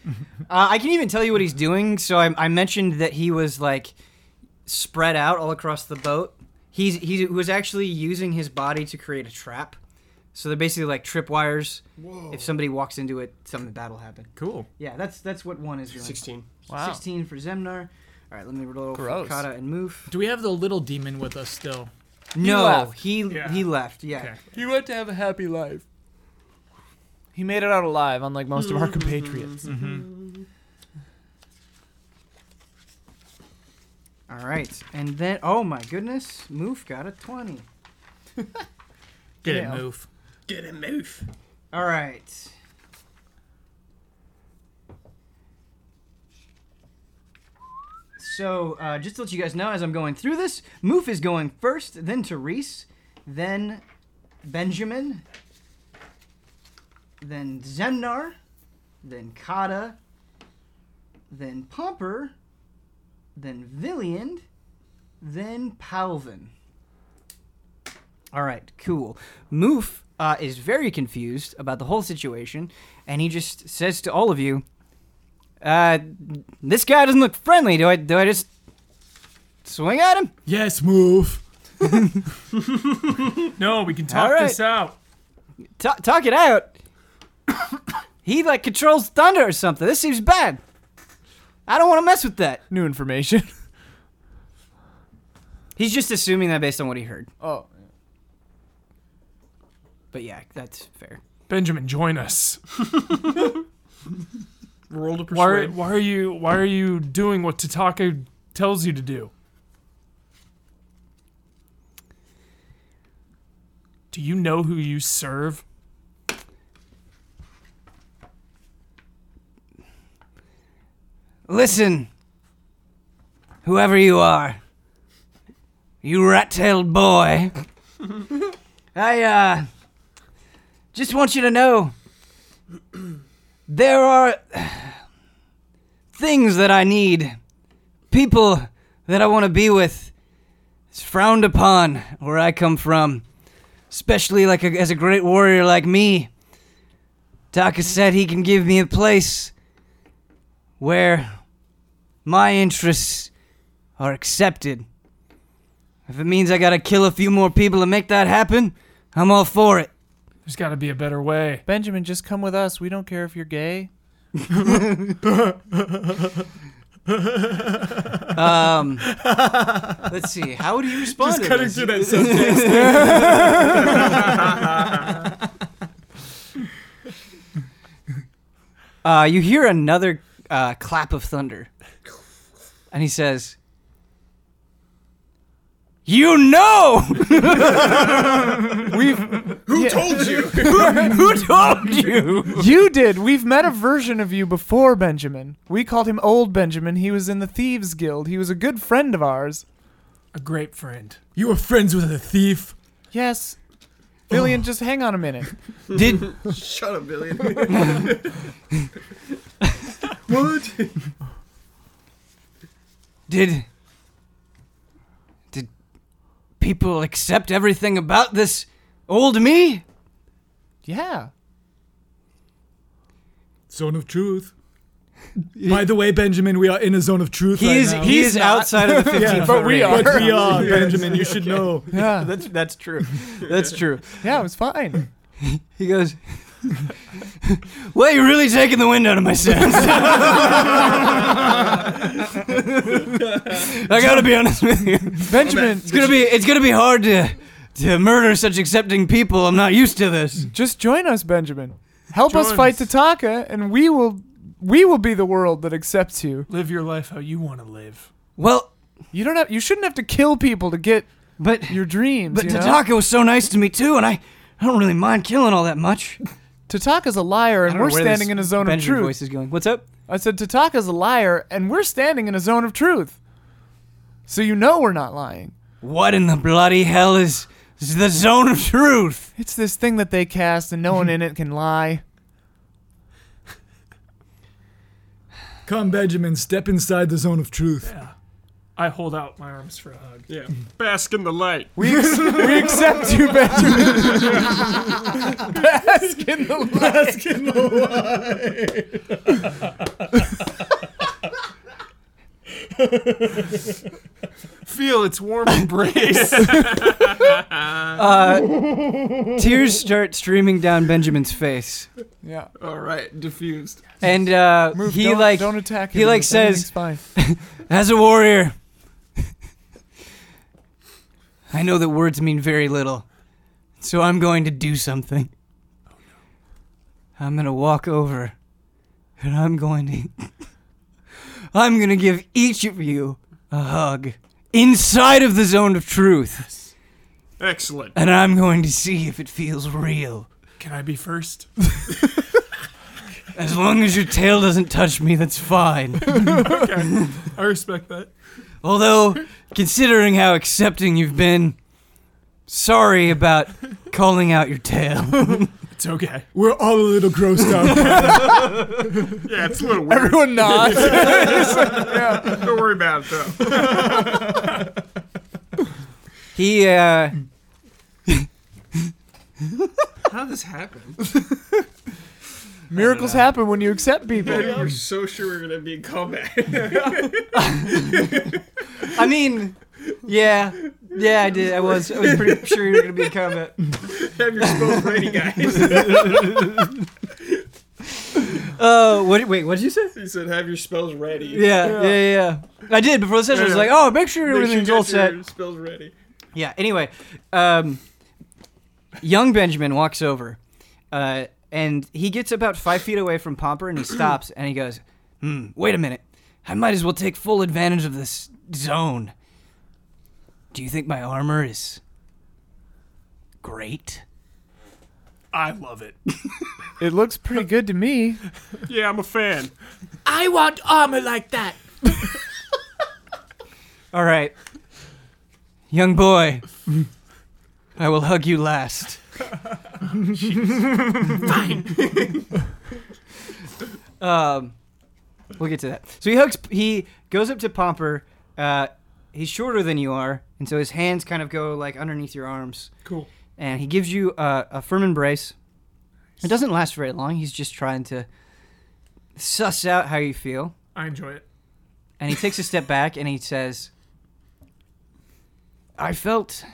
Speaker 1: Uh, I can even tell you what he's doing. So I, I mentioned that he was like spread out all across the boat. He's he was actually using his body to create a trap. So they're basically like tripwires. If somebody walks into it, something bad will happen.
Speaker 2: Cool.
Speaker 1: Yeah, that's that's what one is doing.
Speaker 5: 16.
Speaker 4: Wow.
Speaker 1: 16 for Zemnar. All right, let me roll
Speaker 3: Gross.
Speaker 1: for Kata and Moof.
Speaker 2: Do we have the little demon with us still?
Speaker 1: No,
Speaker 4: left.
Speaker 1: he he left.
Speaker 7: Yeah.
Speaker 1: Yeah.
Speaker 2: Okay.
Speaker 3: [LAUGHS] He went to have a happy life.
Speaker 4: He made it out alive, unlike most of our compatriots.
Speaker 3: Mm-hmm.
Speaker 1: All right, and then oh my goodness, Moof got a 20.
Speaker 2: Get
Speaker 4: Yeah.
Speaker 2: it, move.
Speaker 5: Get a move.
Speaker 1: All right. So, uh, just to let you guys know, as I'm going through this, Moof is going first, then Therese, then Benjamin, then Zemnar, then Kata, then Pomper, then Villiand, then Palvin. All right, cool. Moof uh, is very confused about the whole situation, and he just says to all of you, uh, "This guy doesn't look friendly. Do I? Do I just swing at him?"
Speaker 2: Yes, move.
Speaker 7: No, we can talk
Speaker 1: All right.
Speaker 7: this out.
Speaker 1: Ta talk it out. [COUGHS] he like controls thunder or something. This seems bad. I don't want to mess with that.
Speaker 4: New information. [LAUGHS]
Speaker 1: He's just assuming that based on what he heard.
Speaker 4: Oh,
Speaker 1: But yeah, that's fair.
Speaker 6: Benjamin, join us.
Speaker 5: Roll to
Speaker 6: Why
Speaker 2: [LAUGHS]
Speaker 6: are,
Speaker 5: persuade.
Speaker 6: why are you why are you doing what Tataka tells you to do? Do you know who you serve?
Speaker 1: Listen, whoever you are, you rat tailed boy. I, uh, just want you to know there are things that I need, people that I want to be with. It's frowned upon where I come from, especially like a, as a great warrior like me. Taka said he can give me a place where my interests are accepted. If it means I gotta kill a few more people to make that happen, I'm all for it.
Speaker 6: There's got to be a better way.
Speaker 4: Benjamin, just come with us. We don't care if you're gay. [LAUGHS]
Speaker 1: Um, [LAUGHS] let's see. How would you respond?
Speaker 2: Just
Speaker 1: to
Speaker 2: cutting
Speaker 1: this?
Speaker 2: through that subtext.
Speaker 1: Uh, you hear another uh, clap of thunder, and he says, "You know, [LAUGHS]
Speaker 5: Who told you?
Speaker 1: [LAUGHS] who told
Speaker 4: [LAUGHS]
Speaker 1: you?"
Speaker 4: You did. We've met a version of you before, Benjamin. We called him Old Benjamin. He was in the Thieves Guild. He was a good friend of ours.
Speaker 6: A great friend.
Speaker 2: You were friends with a thief.
Speaker 4: Yes. Billion, just hang on a minute.
Speaker 3: [LAUGHS]
Speaker 1: Did
Speaker 5: Shut up, Billy. [LAUGHS]
Speaker 1: did did people accept everything about this old me?
Speaker 4: Yeah.
Speaker 2: Zone of [LAUGHS] truth. By the way, Benjamin, we are in a zone of truth right
Speaker 1: He's
Speaker 2: now.
Speaker 1: he's outside [LAUGHS] of the 15
Speaker 2: Yeah,
Speaker 1: foot
Speaker 4: [LAUGHS] but
Speaker 1: range.
Speaker 4: we are.
Speaker 2: but we [LAUGHS] are, Benjamin. You should know.
Speaker 4: Yeah.
Speaker 1: That's that's true. That's true.
Speaker 4: yeah, it
Speaker 3: [LAUGHS]
Speaker 4: was fine.
Speaker 1: He goes, [LAUGHS] "Well, you're really taking the wind out of my sails." [LAUGHS] I gotta be honest with you.
Speaker 4: Benjamin,
Speaker 1: It's gonna be it's gonna be hard to to murder such accepting people. I'm not used to this.
Speaker 4: just join us, Benjamin. Help us
Speaker 6: Join
Speaker 4: fight
Speaker 6: us.
Speaker 4: Tataka, and we will we will be the world that accepts you.
Speaker 6: Live your life how you want to live.
Speaker 1: Well,
Speaker 4: You don't have you shouldn't have to kill people to get
Speaker 1: but
Speaker 4: your dreams.
Speaker 1: but
Speaker 4: you know?
Speaker 1: Tataka was so nice to me too, and I. I don't really mind killing all that much.
Speaker 4: Tataka's a liar, and we're standing in a zone of truth.
Speaker 1: Voice is going. What's up?
Speaker 4: I said Tataka's a liar, and we're standing in a zone of truth. So you know we're not lying.
Speaker 1: What in the bloody hell is, is the zone of truth?
Speaker 4: It's this thing that
Speaker 1: [LAUGHS]
Speaker 4: they [LAUGHS] cast, and no one in it can lie.
Speaker 2: Come, Benjamin, step inside the zone of truth.
Speaker 7: I hold out my arms for a hug.
Speaker 5: Yeah. Bask in the light.
Speaker 4: We, ex- we accept you, Benjamin. Bask in the light.
Speaker 5: Feel its warm embrace.
Speaker 1: Uh, [LAUGHS] tears start streaming down Benjamin's face,
Speaker 4: Yeah.
Speaker 5: All right, diffused.
Speaker 1: and uh,
Speaker 4: Move,
Speaker 1: he
Speaker 4: don't,
Speaker 1: like
Speaker 4: don't attack.
Speaker 1: he,
Speaker 4: him.
Speaker 1: like, says- [LAUGHS]
Speaker 4: Everything's fine.
Speaker 1: As a warrior, I know that words mean very little, so I'm going to do something. I'm going to walk over, and I'm going to. [LAUGHS] I'm going to give each of you a hug inside of the zone of truth,
Speaker 5: Excellent.
Speaker 1: and I'm going to see if it feels real.
Speaker 7: Can I be first?
Speaker 1: As long as your tail doesn't touch me, that's fine.
Speaker 7: I respect that.
Speaker 1: Although, considering how accepting you've been, sorry about calling out your tail.
Speaker 7: It's okay.
Speaker 2: We're all a little grossed [LAUGHS] out.
Speaker 5: Yeah, it's a little weird.
Speaker 4: Everyone nods.
Speaker 5: Don't worry about it though.
Speaker 1: He, uh,
Speaker 5: How did this [LAUGHS] happen?
Speaker 4: [LAUGHS] Miracles happen when you accept people.
Speaker 1: [LAUGHS]
Speaker 5: We were so sure we were gonna be in combat. [LAUGHS]
Speaker 1: I mean, yeah, yeah, I did. I was, I was pretty sure you were gonna be a combat.
Speaker 5: Have your smoke ready, [LAUGHS] guys.
Speaker 1: Oh, what? Wait, what did you say?
Speaker 5: he said, "Have your spells ready."
Speaker 1: Yeah, yeah, yeah. yeah. I did before the session. I was
Speaker 5: Yeah.
Speaker 1: like, oh, make sure
Speaker 5: Make sure you
Speaker 1: everything's
Speaker 5: get
Speaker 1: all set.
Speaker 5: your spells ready.
Speaker 1: Yeah. Anyway, um, young Benjamin walks over, uh, and he gets about five feet away from Pomper, and he stops, and he goes, "Hmm, wait a minute. I might as well take full advantage of this zone. Do you think my armor is great?"
Speaker 7: I love it.
Speaker 4: It looks pretty good to me.
Speaker 5: Yeah, I'm a fan.
Speaker 7: I want armor like that.
Speaker 1: All right, young boy. I will hug you last. Um, we'll get to that. So he hugs. He goes up to Pomper. Uh, he's shorter than you are, and so his hands kind of go like underneath your arms.
Speaker 7: Cool.
Speaker 1: And he gives you uh, a firm embrace. It doesn't last very long. He's just trying to suss out how you feel.
Speaker 7: I enjoy it.
Speaker 1: And he takes a step back and he says, "I felt,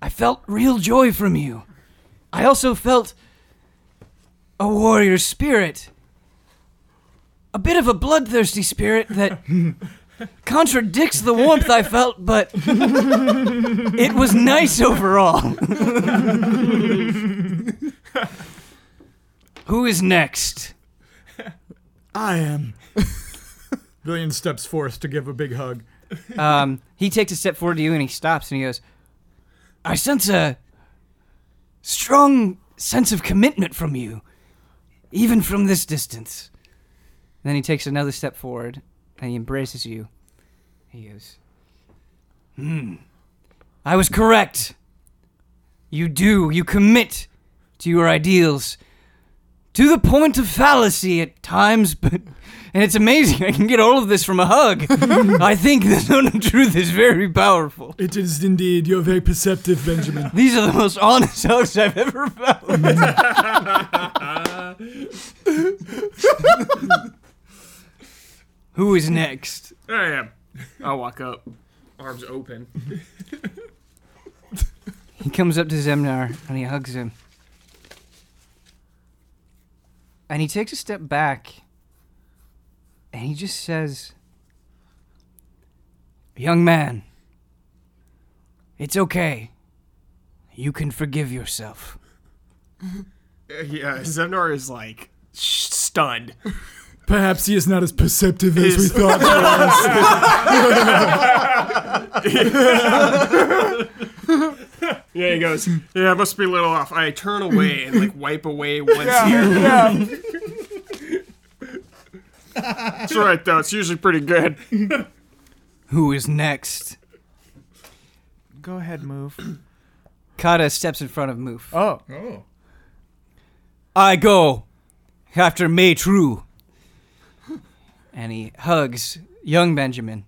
Speaker 1: I felt real joy from you. I also felt a warrior spirit, a bit of a bloodthirsty spirit that contradicts the warmth I felt, but it was nice overall." Who is next?
Speaker 2: I am. [LAUGHS] Billion steps forth to give a big hug.
Speaker 1: um, he takes a step forward to you and he stops and he goes, I sense a strong sense of commitment from you, even from this distance. then he takes another step forward and he embraces you. He goes, Hmm. I was correct. You do. You commit to your ideals. To the point of fallacy at times, but. And it's amazing. [LAUGHS] I can get all of this from a hug. I think the zone of [LAUGHS] truth is very powerful.
Speaker 2: It is indeed. You're very perceptive, [LAUGHS] Benjamin.
Speaker 1: These are the most honest [LAUGHS] hugs I've ever found. Who is next?
Speaker 5: I am. I'll walk up, arms open.
Speaker 1: He comes up to Zemnar and he hugs him. And he takes a step back and he just says, Young man, it's okay. You can forgive yourself.
Speaker 5: Uh, Yeah, Zemnar is like sh- stunned.
Speaker 2: Perhaps he is not as perceptive as we
Speaker 5: Is-
Speaker 2: thought. [LAUGHS] he was.
Speaker 5: Yeah, he goes. Yeah, I must be a little off. I turn away and like wipe away one tear. It's all right though. It's usually pretty good.
Speaker 1: Who is next?
Speaker 4: [LAUGHS] Go ahead, move.
Speaker 1: Kata steps in front of Moof.
Speaker 4: Oh,
Speaker 2: Oh.
Speaker 1: I go after May True. and he hugs young Benjamin.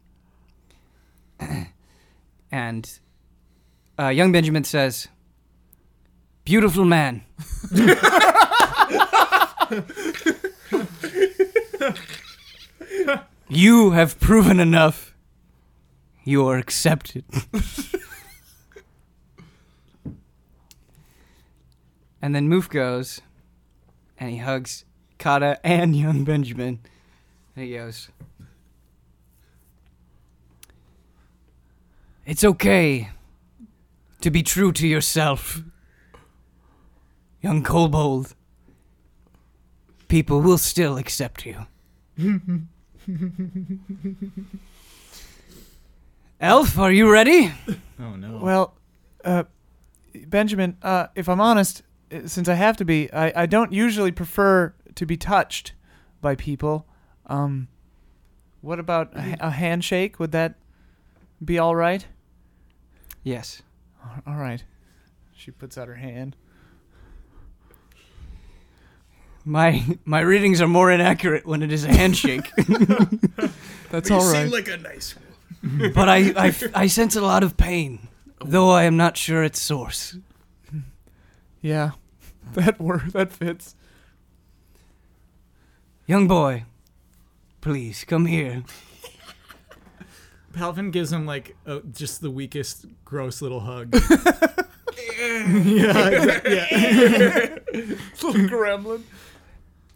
Speaker 1: [CLEARS THROAT] and uh, young Benjamin says, Beautiful man. [LAUGHS] you have proven enough. You are accepted. and then Moof goes and he hugs Kata and [LAUGHS] young Benjamin. And he goes, It's okay to be true to yourself, young Kobold. People will still accept you. Elf, are you ready?
Speaker 2: Oh no.
Speaker 4: [CLEARS THROAT] Well, uh, Benjamin, uh, if I'm honest, uh, since I have to be, I, I don't usually prefer to be touched by people. Um, what about a, a handshake? Would that be all right?
Speaker 1: Yes.
Speaker 4: Al- All right. She puts out her hand.
Speaker 1: My my readings are more inaccurate when it is a handshake.
Speaker 4: That's
Speaker 2: you
Speaker 4: all
Speaker 2: seem
Speaker 4: right.
Speaker 2: like a nice one.
Speaker 1: but I, I, I sense a lot of pain, though I am not sure its source.
Speaker 4: yeah. [LAUGHS] That word that fits.
Speaker 1: Young boy, please come here.
Speaker 2: Palvin gives him like a, just the weakest, gross little hug. yeah, yeah.
Speaker 3: gremlin.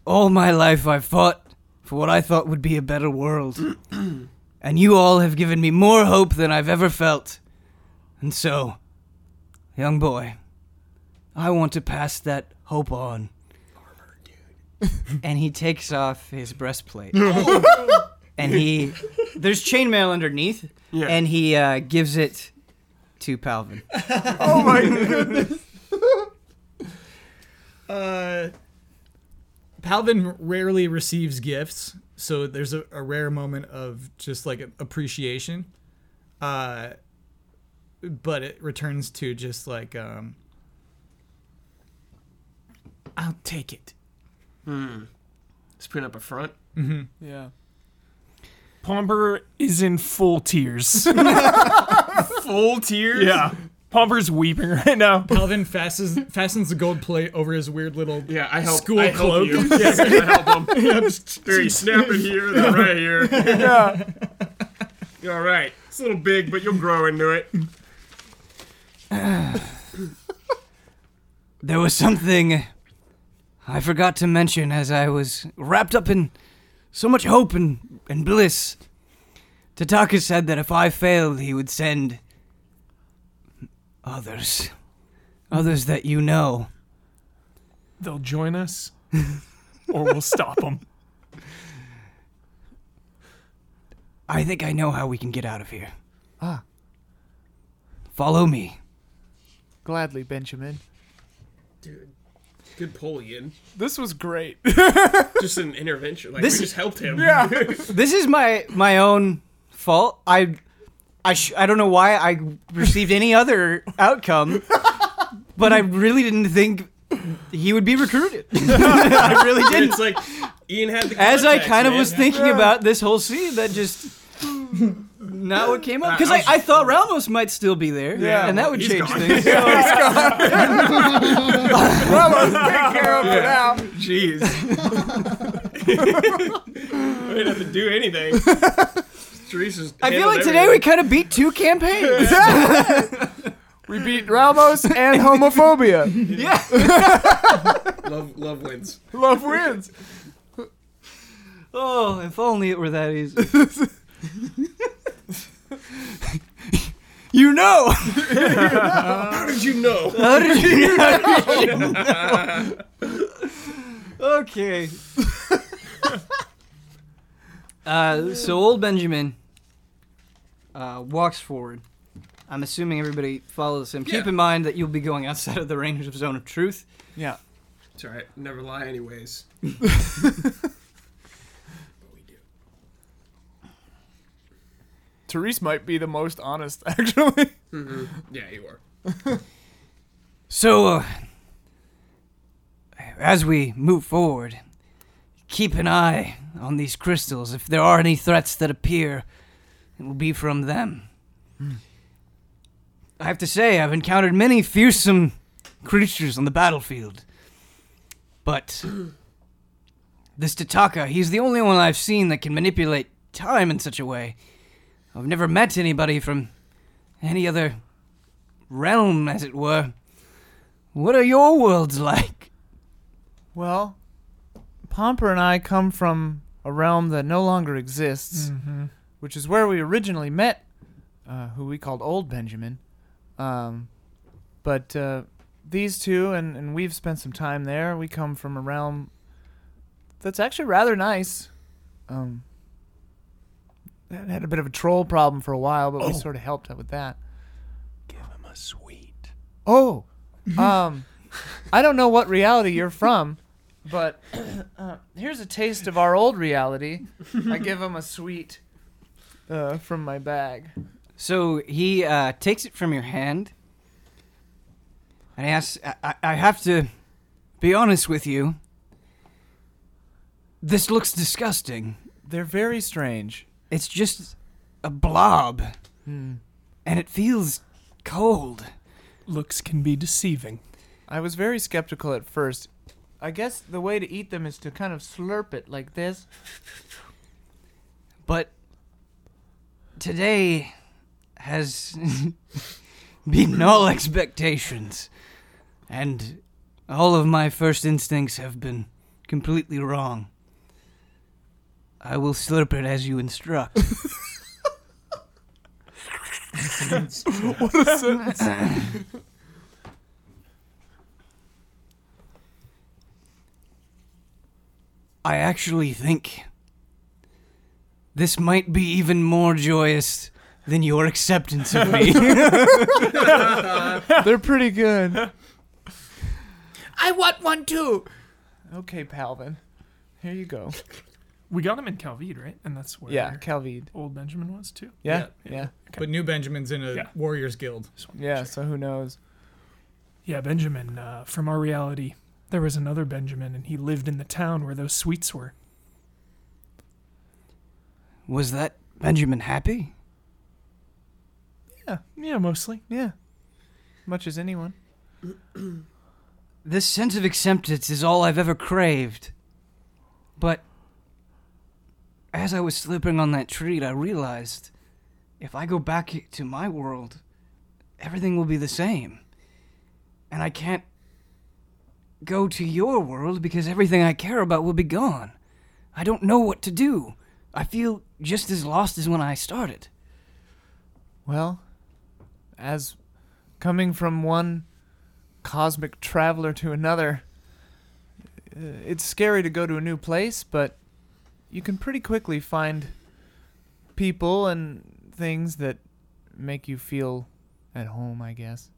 Speaker 1: All my life I fought for what I thought would be a better world, and you all have given me more hope than I've ever felt. And so, young boy, I want to pass that hope on. and he takes off his breastplate. and he there's chainmail underneath
Speaker 5: Yeah.
Speaker 1: and he uh, gives it to Palvin.
Speaker 2: Uh, Palvin rarely receives gifts, so there's a, a rare moment of just like appreciation. Uh, but it returns to just like, um, I'll take it.
Speaker 5: Just putting up a front.
Speaker 4: Yeah.
Speaker 6: Pomper is in full tears. [LAUGHS]
Speaker 5: Full tears.
Speaker 6: yeah. Pomper's weeping right now.
Speaker 2: Palvin fastens, [LAUGHS] fastens the gold plate over his weird little
Speaker 5: Yeah, I help.
Speaker 2: School
Speaker 5: I help
Speaker 2: cloak.
Speaker 5: [LAUGHS] you. Yes, I help [LAUGHS] him. There, you snap it here, then right here. Yeah. All right. It's a little big, but you'll grow into it.
Speaker 1: There was something I forgot to mention as I was wrapped up in so much hope and, and bliss. Tataka said that if I failed, he would send others. Others that you know.
Speaker 6: They'll join us, or we'll stop them.
Speaker 1: I think I know how we can get out of here. Ah. Follow me.
Speaker 4: Gladly, [LAUGHS] Benjamin.
Speaker 5: Dude, good pull, Ian.
Speaker 4: This was great.
Speaker 5: Just an intervention. Like
Speaker 1: This-
Speaker 5: we just helped him. Yeah. [LAUGHS]
Speaker 1: This is my my own fault. I I sh- I don't know why I received any other outcome, but I really didn't think he would be recruited. I really didn't.
Speaker 5: [LAUGHS] it's like Ian had the.
Speaker 1: As I
Speaker 5: contacts,
Speaker 1: kind of
Speaker 5: man.
Speaker 1: was thinking about this whole scene, that just not what came up because
Speaker 5: I
Speaker 1: I,
Speaker 5: was-
Speaker 1: I thought Ramos might still be there,
Speaker 5: Yeah.
Speaker 1: and that would
Speaker 5: He's
Speaker 1: change
Speaker 5: gone. [LAUGHS]
Speaker 1: things.
Speaker 5: [LAUGHS] Jeez. I didn't have to do anything. Teresa's.
Speaker 1: I feel like today we kind of beat two campaigns.
Speaker 4: we beat Ramos and homophobia.
Speaker 1: yeah.
Speaker 5: we love love wins.
Speaker 4: [LAUGHS] Love wins.
Speaker 1: Oh, if only it were that easy. you know.
Speaker 5: How did you know?
Speaker 1: How did you- how did you know? okay. Uh, so old Benjamin uh, walks forward. I'm assuming everybody follows him. Keep
Speaker 5: Yeah.
Speaker 1: in mind that you'll be going outside of the range of zone of truth.
Speaker 4: Yeah.
Speaker 5: It's all right. Never lie,
Speaker 1: [LAUGHS]
Speaker 5: anyways.
Speaker 4: Therese might be the most honest, [LAUGHS] actually.
Speaker 5: Yeah, you are.
Speaker 1: So, uh, as we move forward, Keep an eye on these crystals. If there are any threats that appear, it will be from them. I have to say, I've encountered many fearsome creatures on the battlefield. But this Tataka, he's the only one I've seen that can manipulate time in such a way. I've never met anybody from any other realm, as it were. What are your worlds like?
Speaker 4: Well, Pomper and I come from a realm that no longer exists, which is where we originally met, uh, who we called Old Benjamin. Um, but uh, these two, and, and we've spent some time there, we come from a realm that's actually rather nice. Um, that had a bit of a troll problem for a while, but we sort of helped out with that. Give him a sweet. Oh, um, I don't know what reality you're from. But [COUGHS] uh, here's a taste of our old reality. I give him a sweet uh, from my bag.
Speaker 1: So he uh, takes it from your hand, and he asks, I, I, "I have to be honest with you. This looks disgusting.
Speaker 4: They're very strange.
Speaker 1: It's just a blob, Hmm. and it feels cold.
Speaker 6: Looks can be deceiving.
Speaker 4: I was very skeptical at first. I guess the way to eat them is to kind of slurp it like this. [LAUGHS]
Speaker 1: But today has [LAUGHS] beaten all expectations, and all of my first instincts have been completely wrong. I will slurp it as you instruct. I actually think this might be even more joyous than your acceptance of me.
Speaker 4: They're pretty [LAUGHS] good.
Speaker 2: I want one too.
Speaker 4: Okay, Palvin. Here you go.
Speaker 6: We got him in Calvede, right? And that's where
Speaker 4: Yeah, Calvide.
Speaker 6: old Benjamin was too.
Speaker 4: Yeah,
Speaker 6: Yeah,
Speaker 4: yeah, yeah.
Speaker 2: But New Benjamin's in a
Speaker 6: Yeah.
Speaker 2: Warriors Guild.
Speaker 4: so who knows?
Speaker 6: Yeah, Benjamin uh, from our reality. There was another Benjamin, and he lived in the town where those sweets were.
Speaker 1: Was that Benjamin happy?
Speaker 6: Yeah, mostly.
Speaker 4: Yeah. Much as anyone.
Speaker 1: This sense of acceptance is all I've ever craved. But as I was slipping on that treat, I realized if I go back to my world, everything will be the same. And I can't go to your world because everything I care about will be gone. I don't know what to do. I feel just as lost as when I started.
Speaker 4: Well, as coming from one cosmic traveler to another, uh, it's scary to go to a new place, but you can pretty quickly find people and things that make you feel at home, I guess.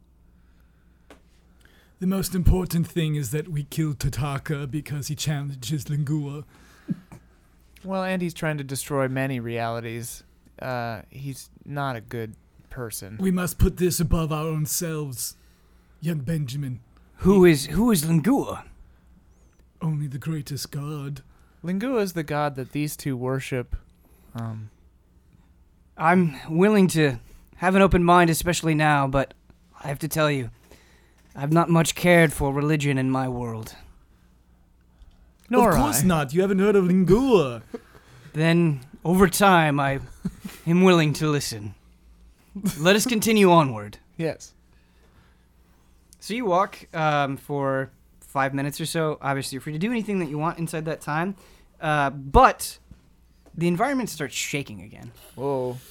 Speaker 2: The most important thing is that we kill Tataka because he challenges Lingua.
Speaker 4: Well, Andy's trying to destroy many realities. Uh, he's not a good person.
Speaker 2: We must put this above our own selves, young Benjamin.
Speaker 1: Who is who is Lingua?
Speaker 2: Only the greatest god.
Speaker 4: Lingua is the god that these two worship. Um,
Speaker 1: I'm willing to have an open mind, especially now, but I have to tell you, I've not much cared for religion in my world.
Speaker 4: nor
Speaker 2: of course
Speaker 4: I.
Speaker 2: not. You haven't heard of Lingua.
Speaker 1: Then, over time, I am willing to listen. Let us continue onward.
Speaker 4: Yes.
Speaker 1: So you walk um, for five minutes or so. Obviously, you're free to do anything that you want inside that time, uh, but the environment starts shaking again.
Speaker 4: Whoa.
Speaker 2: [LAUGHS]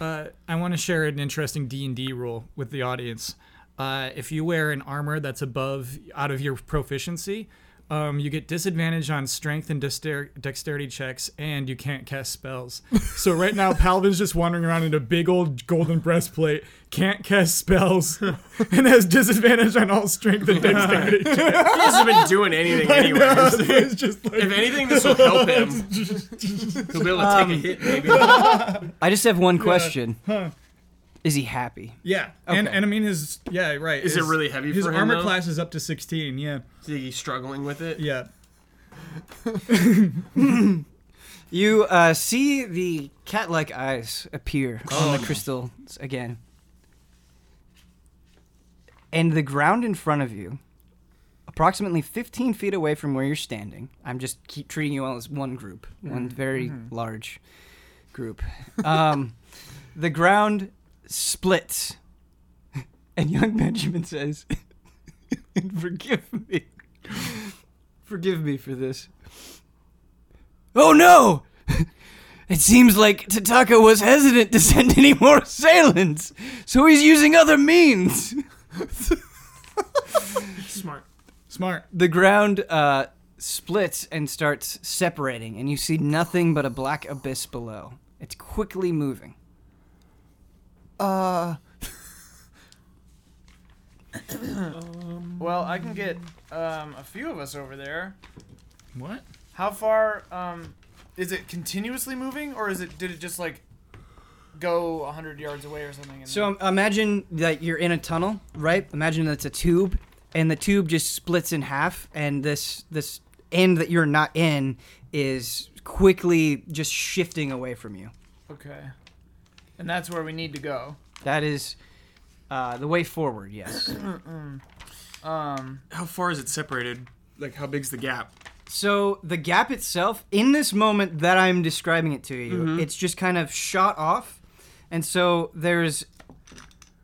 Speaker 2: Uh, I want to share an interesting D and D rule with the audience. Uh, if you wear an armor that's above out of your proficiency, um, you get disadvantage on strength and dexter- dexterity checks, and you can't cast [LAUGHS] spells. so right now, Palvin's just wandering around in a big old golden breastplate, can't cast [LAUGHS] spells, and has disadvantage on all strength and [LAUGHS] dexterity. checks.
Speaker 5: He hasn't been
Speaker 1: [LAUGHS]
Speaker 5: doing anything anyway.
Speaker 2: It's just like-
Speaker 5: If anything, this will help him. He'll be able to
Speaker 1: um,
Speaker 5: take a hit,
Speaker 1: [LAUGHS]
Speaker 5: maybe.
Speaker 1: I just have one question: Is he happy?
Speaker 2: yeah, and
Speaker 1: Okay.
Speaker 2: and I mean his yeah right.
Speaker 5: Is it
Speaker 2: his-
Speaker 5: really heavy
Speaker 2: His
Speaker 5: for him,
Speaker 2: armor
Speaker 5: though?
Speaker 2: class is up to sixteen. Yeah,
Speaker 5: He's struggling with it.
Speaker 2: yeah.
Speaker 1: You uh, see the cat-like eyes appear on the crystal again, and the ground in front of you, approximately 15 feet away from where you're standing. I'm just keep treating you all as one group, one very large group. Um, [LAUGHS] the ground splits, [LAUGHS] and young Benjamin says, [LAUGHS] "Forgive me, forgive me for this." Oh no! [LAUGHS] It seems like Tataka was hesitant to send any more assailants, so he's using other means.
Speaker 6: Smart.
Speaker 2: Smart.
Speaker 1: The ground uh, splits and starts separating, and you see nothing but a black abyss below. It's quickly moving.
Speaker 8: Uh,
Speaker 4: Well, I can get um, a few of us over there.
Speaker 2: What?
Speaker 4: How far um, is it continuously moving, or is it did it just like go hundred yards away or something? and
Speaker 1: So um, imagine that you're in a tunnel, right? Imagine that's a tube, and the tube just splits in half, and this this end that you're not in is quickly just shifting away from you.
Speaker 4: then- okay, and that's where we need to go.
Speaker 1: That is uh, the way forward. Yes.
Speaker 4: Um,
Speaker 5: How far is it separated? Like, how big's the gap?
Speaker 1: So the gap itself, in this moment that I'm describing it to you, it's just kind of shot off, and so there's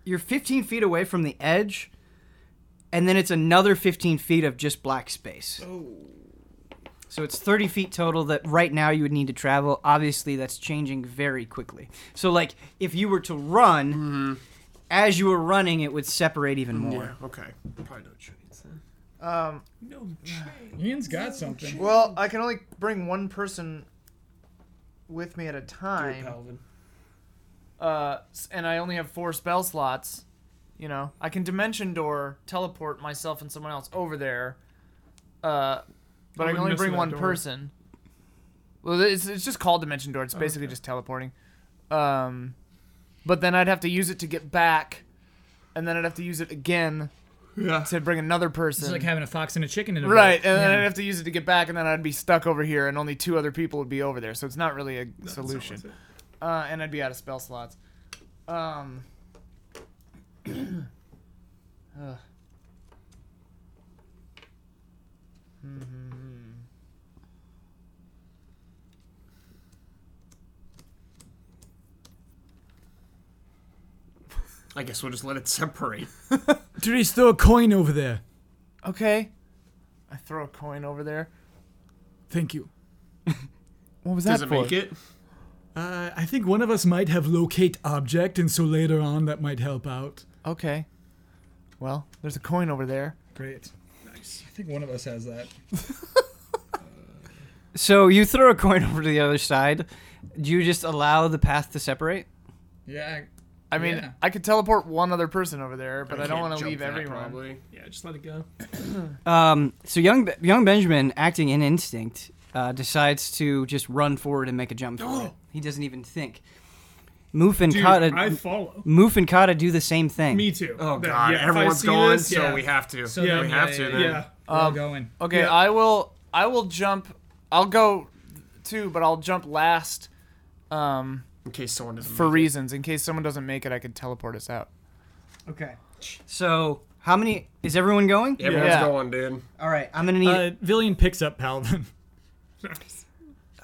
Speaker 1: you're 15 feet away from the edge, and then it's another 15 feet of just black space. Oh. So it's 30 feet total that right now you would need to travel. Obviously, that's changing very quickly. So like if you were to run, as you were running, it would separate even more.
Speaker 5: Okay. Probably no chance.
Speaker 4: um,
Speaker 6: No chance.
Speaker 2: Ian's got something.
Speaker 4: well, I can only bring one person with me at a time, uh, s- and I only have four spell slots. You know, I can dimension door, teleport myself and someone else over there, uh, but I,
Speaker 6: I
Speaker 4: can
Speaker 6: wouldn't
Speaker 4: only
Speaker 6: miss
Speaker 4: bring
Speaker 6: that
Speaker 4: one
Speaker 6: door.
Speaker 4: person. Well, it's it's just called dimension
Speaker 6: Oh,
Speaker 4: door. It's basically just teleporting. Um, but then I'd have to use it to get back, and then I'd have to use it again
Speaker 5: Yeah.
Speaker 4: to bring another person.
Speaker 2: It's like having a fox and a chicken in a
Speaker 4: Right, and
Speaker 2: bowl.
Speaker 4: then I'd
Speaker 2: Yeah.
Speaker 4: have to use it to get back, and then I'd be stuck over here, and only two other people would be over there. So it's not really a solution. Uh, and I'd be out of spell slots. Um. ugh. Mhm.
Speaker 5: I guess we'll just let it [LAUGHS] separate.
Speaker 2: uh, Therese, throw a coin over there.
Speaker 4: Okay. I throw a coin over there.
Speaker 2: Thank you.
Speaker 4: What was
Speaker 5: Does it make it?
Speaker 2: Uh, I think one of us might have locate object, and so later on that might help out.
Speaker 4: Okay. Well, there's a coin over there.
Speaker 2: Great. Nice. I think one of us has that.
Speaker 1: So you throw a coin [LAUGHS] over to the other side. Do you just allow the path to separate?
Speaker 2: Yeah.
Speaker 4: I mean,
Speaker 2: Yeah.
Speaker 4: I could teleport one other person over there, but I, don't
Speaker 5: can't
Speaker 4: want to
Speaker 5: jump
Speaker 4: leave
Speaker 5: that,
Speaker 4: everyone.
Speaker 5: Probably.
Speaker 6: Yeah, just let it go.
Speaker 1: Um, so young Be- young Benjamin, acting in instinct, uh, decides to just run forward and make a jump. For it. He doesn't even think. Moof and
Speaker 6: Dude,
Speaker 1: Kata,
Speaker 6: I follow.
Speaker 1: Moof and Kata do the same thing.
Speaker 6: Me too.
Speaker 1: Oh,
Speaker 6: That-
Speaker 5: God,
Speaker 6: yeah, if I
Speaker 5: everyone's
Speaker 6: see
Speaker 5: going,
Speaker 6: this,
Speaker 5: so
Speaker 6: yeah.
Speaker 5: we have to.
Speaker 2: So
Speaker 6: Yeah,
Speaker 2: then-
Speaker 5: we have to.
Speaker 2: yeah,
Speaker 5: Then.
Speaker 6: Yeah.
Speaker 2: We're all
Speaker 4: Um,
Speaker 2: going.
Speaker 4: Okay,
Speaker 6: Yeah.
Speaker 4: I will. I will jump. I'll go too, but I'll jump last um,
Speaker 5: In case someone doesn't.
Speaker 4: for
Speaker 5: make it.
Speaker 4: reasons. In case someone doesn't make it, I could teleport us out.
Speaker 1: Okay. So how many is everyone going?
Speaker 5: Everyone's
Speaker 4: Yeah.
Speaker 5: going, dude.
Speaker 1: All right. I'm gonna need.
Speaker 2: Uh, Villian picks up Palvin.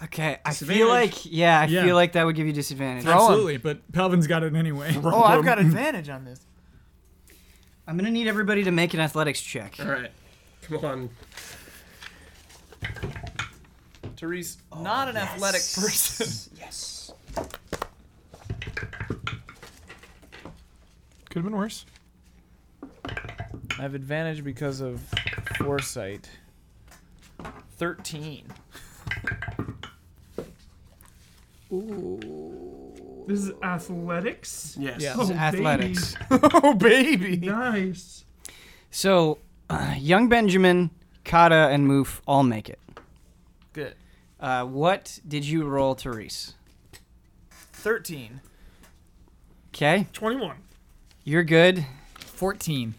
Speaker 1: okay. I feel
Speaker 5: disadvantage.
Speaker 1: like yeah. I
Speaker 2: Yeah.
Speaker 1: feel like that would give you disadvantage.
Speaker 4: Throw
Speaker 2: [LAUGHS]
Speaker 4: 'em.
Speaker 2: Absolutely, but Palvin's got it anyway.
Speaker 4: Oh, I've got advantage on this.
Speaker 1: I'm gonna need everybody to make an athletics check.
Speaker 5: All right. Come on.
Speaker 4: Therese, not an athletic person.
Speaker 5: Yes.
Speaker 6: Could have been worse.
Speaker 4: I have advantage because of foresight. Thirteen.
Speaker 6: This is athletics.
Speaker 5: Yes.
Speaker 4: Yeah.
Speaker 6: Oh,
Speaker 1: Athletics.
Speaker 4: [LAUGHS] oh baby.
Speaker 6: baby. Nice.
Speaker 1: So, uh, young Benjamin, Kata, and Moof all make it.
Speaker 4: Good.
Speaker 1: Uh, what did you roll, Therese?
Speaker 4: Thirteen.
Speaker 1: Okay,
Speaker 6: 21.
Speaker 1: you're good.
Speaker 2: 14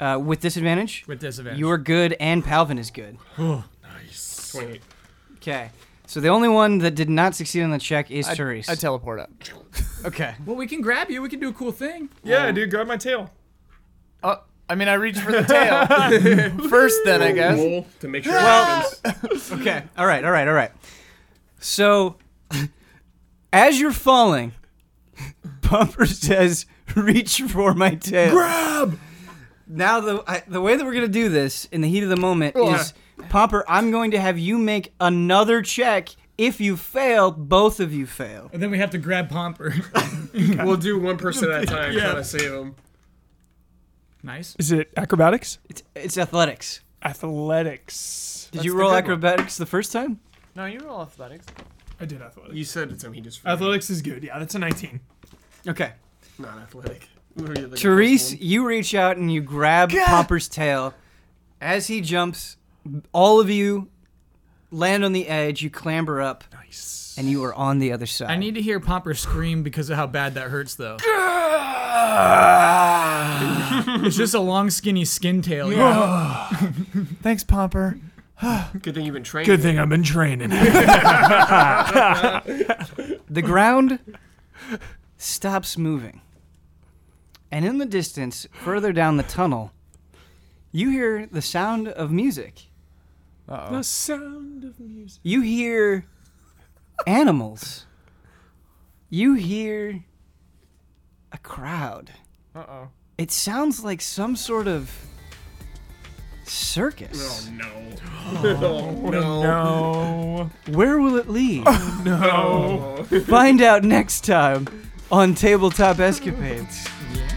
Speaker 1: Uh, with disadvantage,
Speaker 2: with disadvantage.
Speaker 1: you're good, and Palvin is good.
Speaker 2: Oh,
Speaker 5: Nice. 28.
Speaker 1: Okay. So the only one that did not succeed on the check is
Speaker 4: I,
Speaker 1: Therese.
Speaker 4: I teleport up.
Speaker 1: okay.
Speaker 2: Well, we can grab you. We can do a cool thing.
Speaker 7: Yeah, dude, grab my tail.
Speaker 4: Uh, I mean, I reach for the tail [LAUGHS] first, then I guess.
Speaker 5: Roll to make sure it happens.
Speaker 6: [LAUGHS]
Speaker 1: Okay. All right. All right. All right. So, [LAUGHS] as you're falling, [LAUGHS] Bumper says, "Reach for my tail." Grab. Now the I, the way that we're gonna do this in the heat of the moment is, Bumper, I'm going to have you make another check. If you fail, both of you fail.
Speaker 2: And then we have to grab Pomper.
Speaker 5: We'll do one person at a time, trying to save them.
Speaker 2: nice.
Speaker 6: Is it acrobatics?
Speaker 1: It's, it's athletics.
Speaker 6: Athletics.
Speaker 1: Did
Speaker 4: That's
Speaker 1: you
Speaker 4: the
Speaker 1: roll
Speaker 4: good one.
Speaker 1: acrobatics the first time?
Speaker 4: No, you roll athletics.
Speaker 6: I did athletics.
Speaker 5: You said it's him. He just
Speaker 6: Athletics is good. Yeah, that's a 19.
Speaker 1: Okay.
Speaker 5: not athletic. Literally, like,
Speaker 1: Therese,
Speaker 5: first
Speaker 1: you reach out and you grab Pomper's tail. As he jumps, all of you land on the edge, you clamber up,
Speaker 6: Nice.
Speaker 1: and you are on the other side.
Speaker 2: I need to hear Pomper scream because of how bad that hurts, though. it's just a long, skinny skin tail. you know?
Speaker 4: Thanks, Pomper.
Speaker 5: one. Good thing you've been trained.
Speaker 6: Good thing I've been [LAUGHS] training.
Speaker 1: the ground stops moving. And in the distance, further down the tunnel, you hear the sound of music.
Speaker 6: the sound of music.
Speaker 1: You hear animals. You hear a crowd.
Speaker 4: Uh oh.
Speaker 1: It sounds like some sort of
Speaker 5: Oh
Speaker 1: circus.
Speaker 5: no! Oh, no!
Speaker 6: No.
Speaker 1: Where will it lead?
Speaker 5: no.
Speaker 1: Find out next time on Tabletop Escapades.
Speaker 2: Yeah.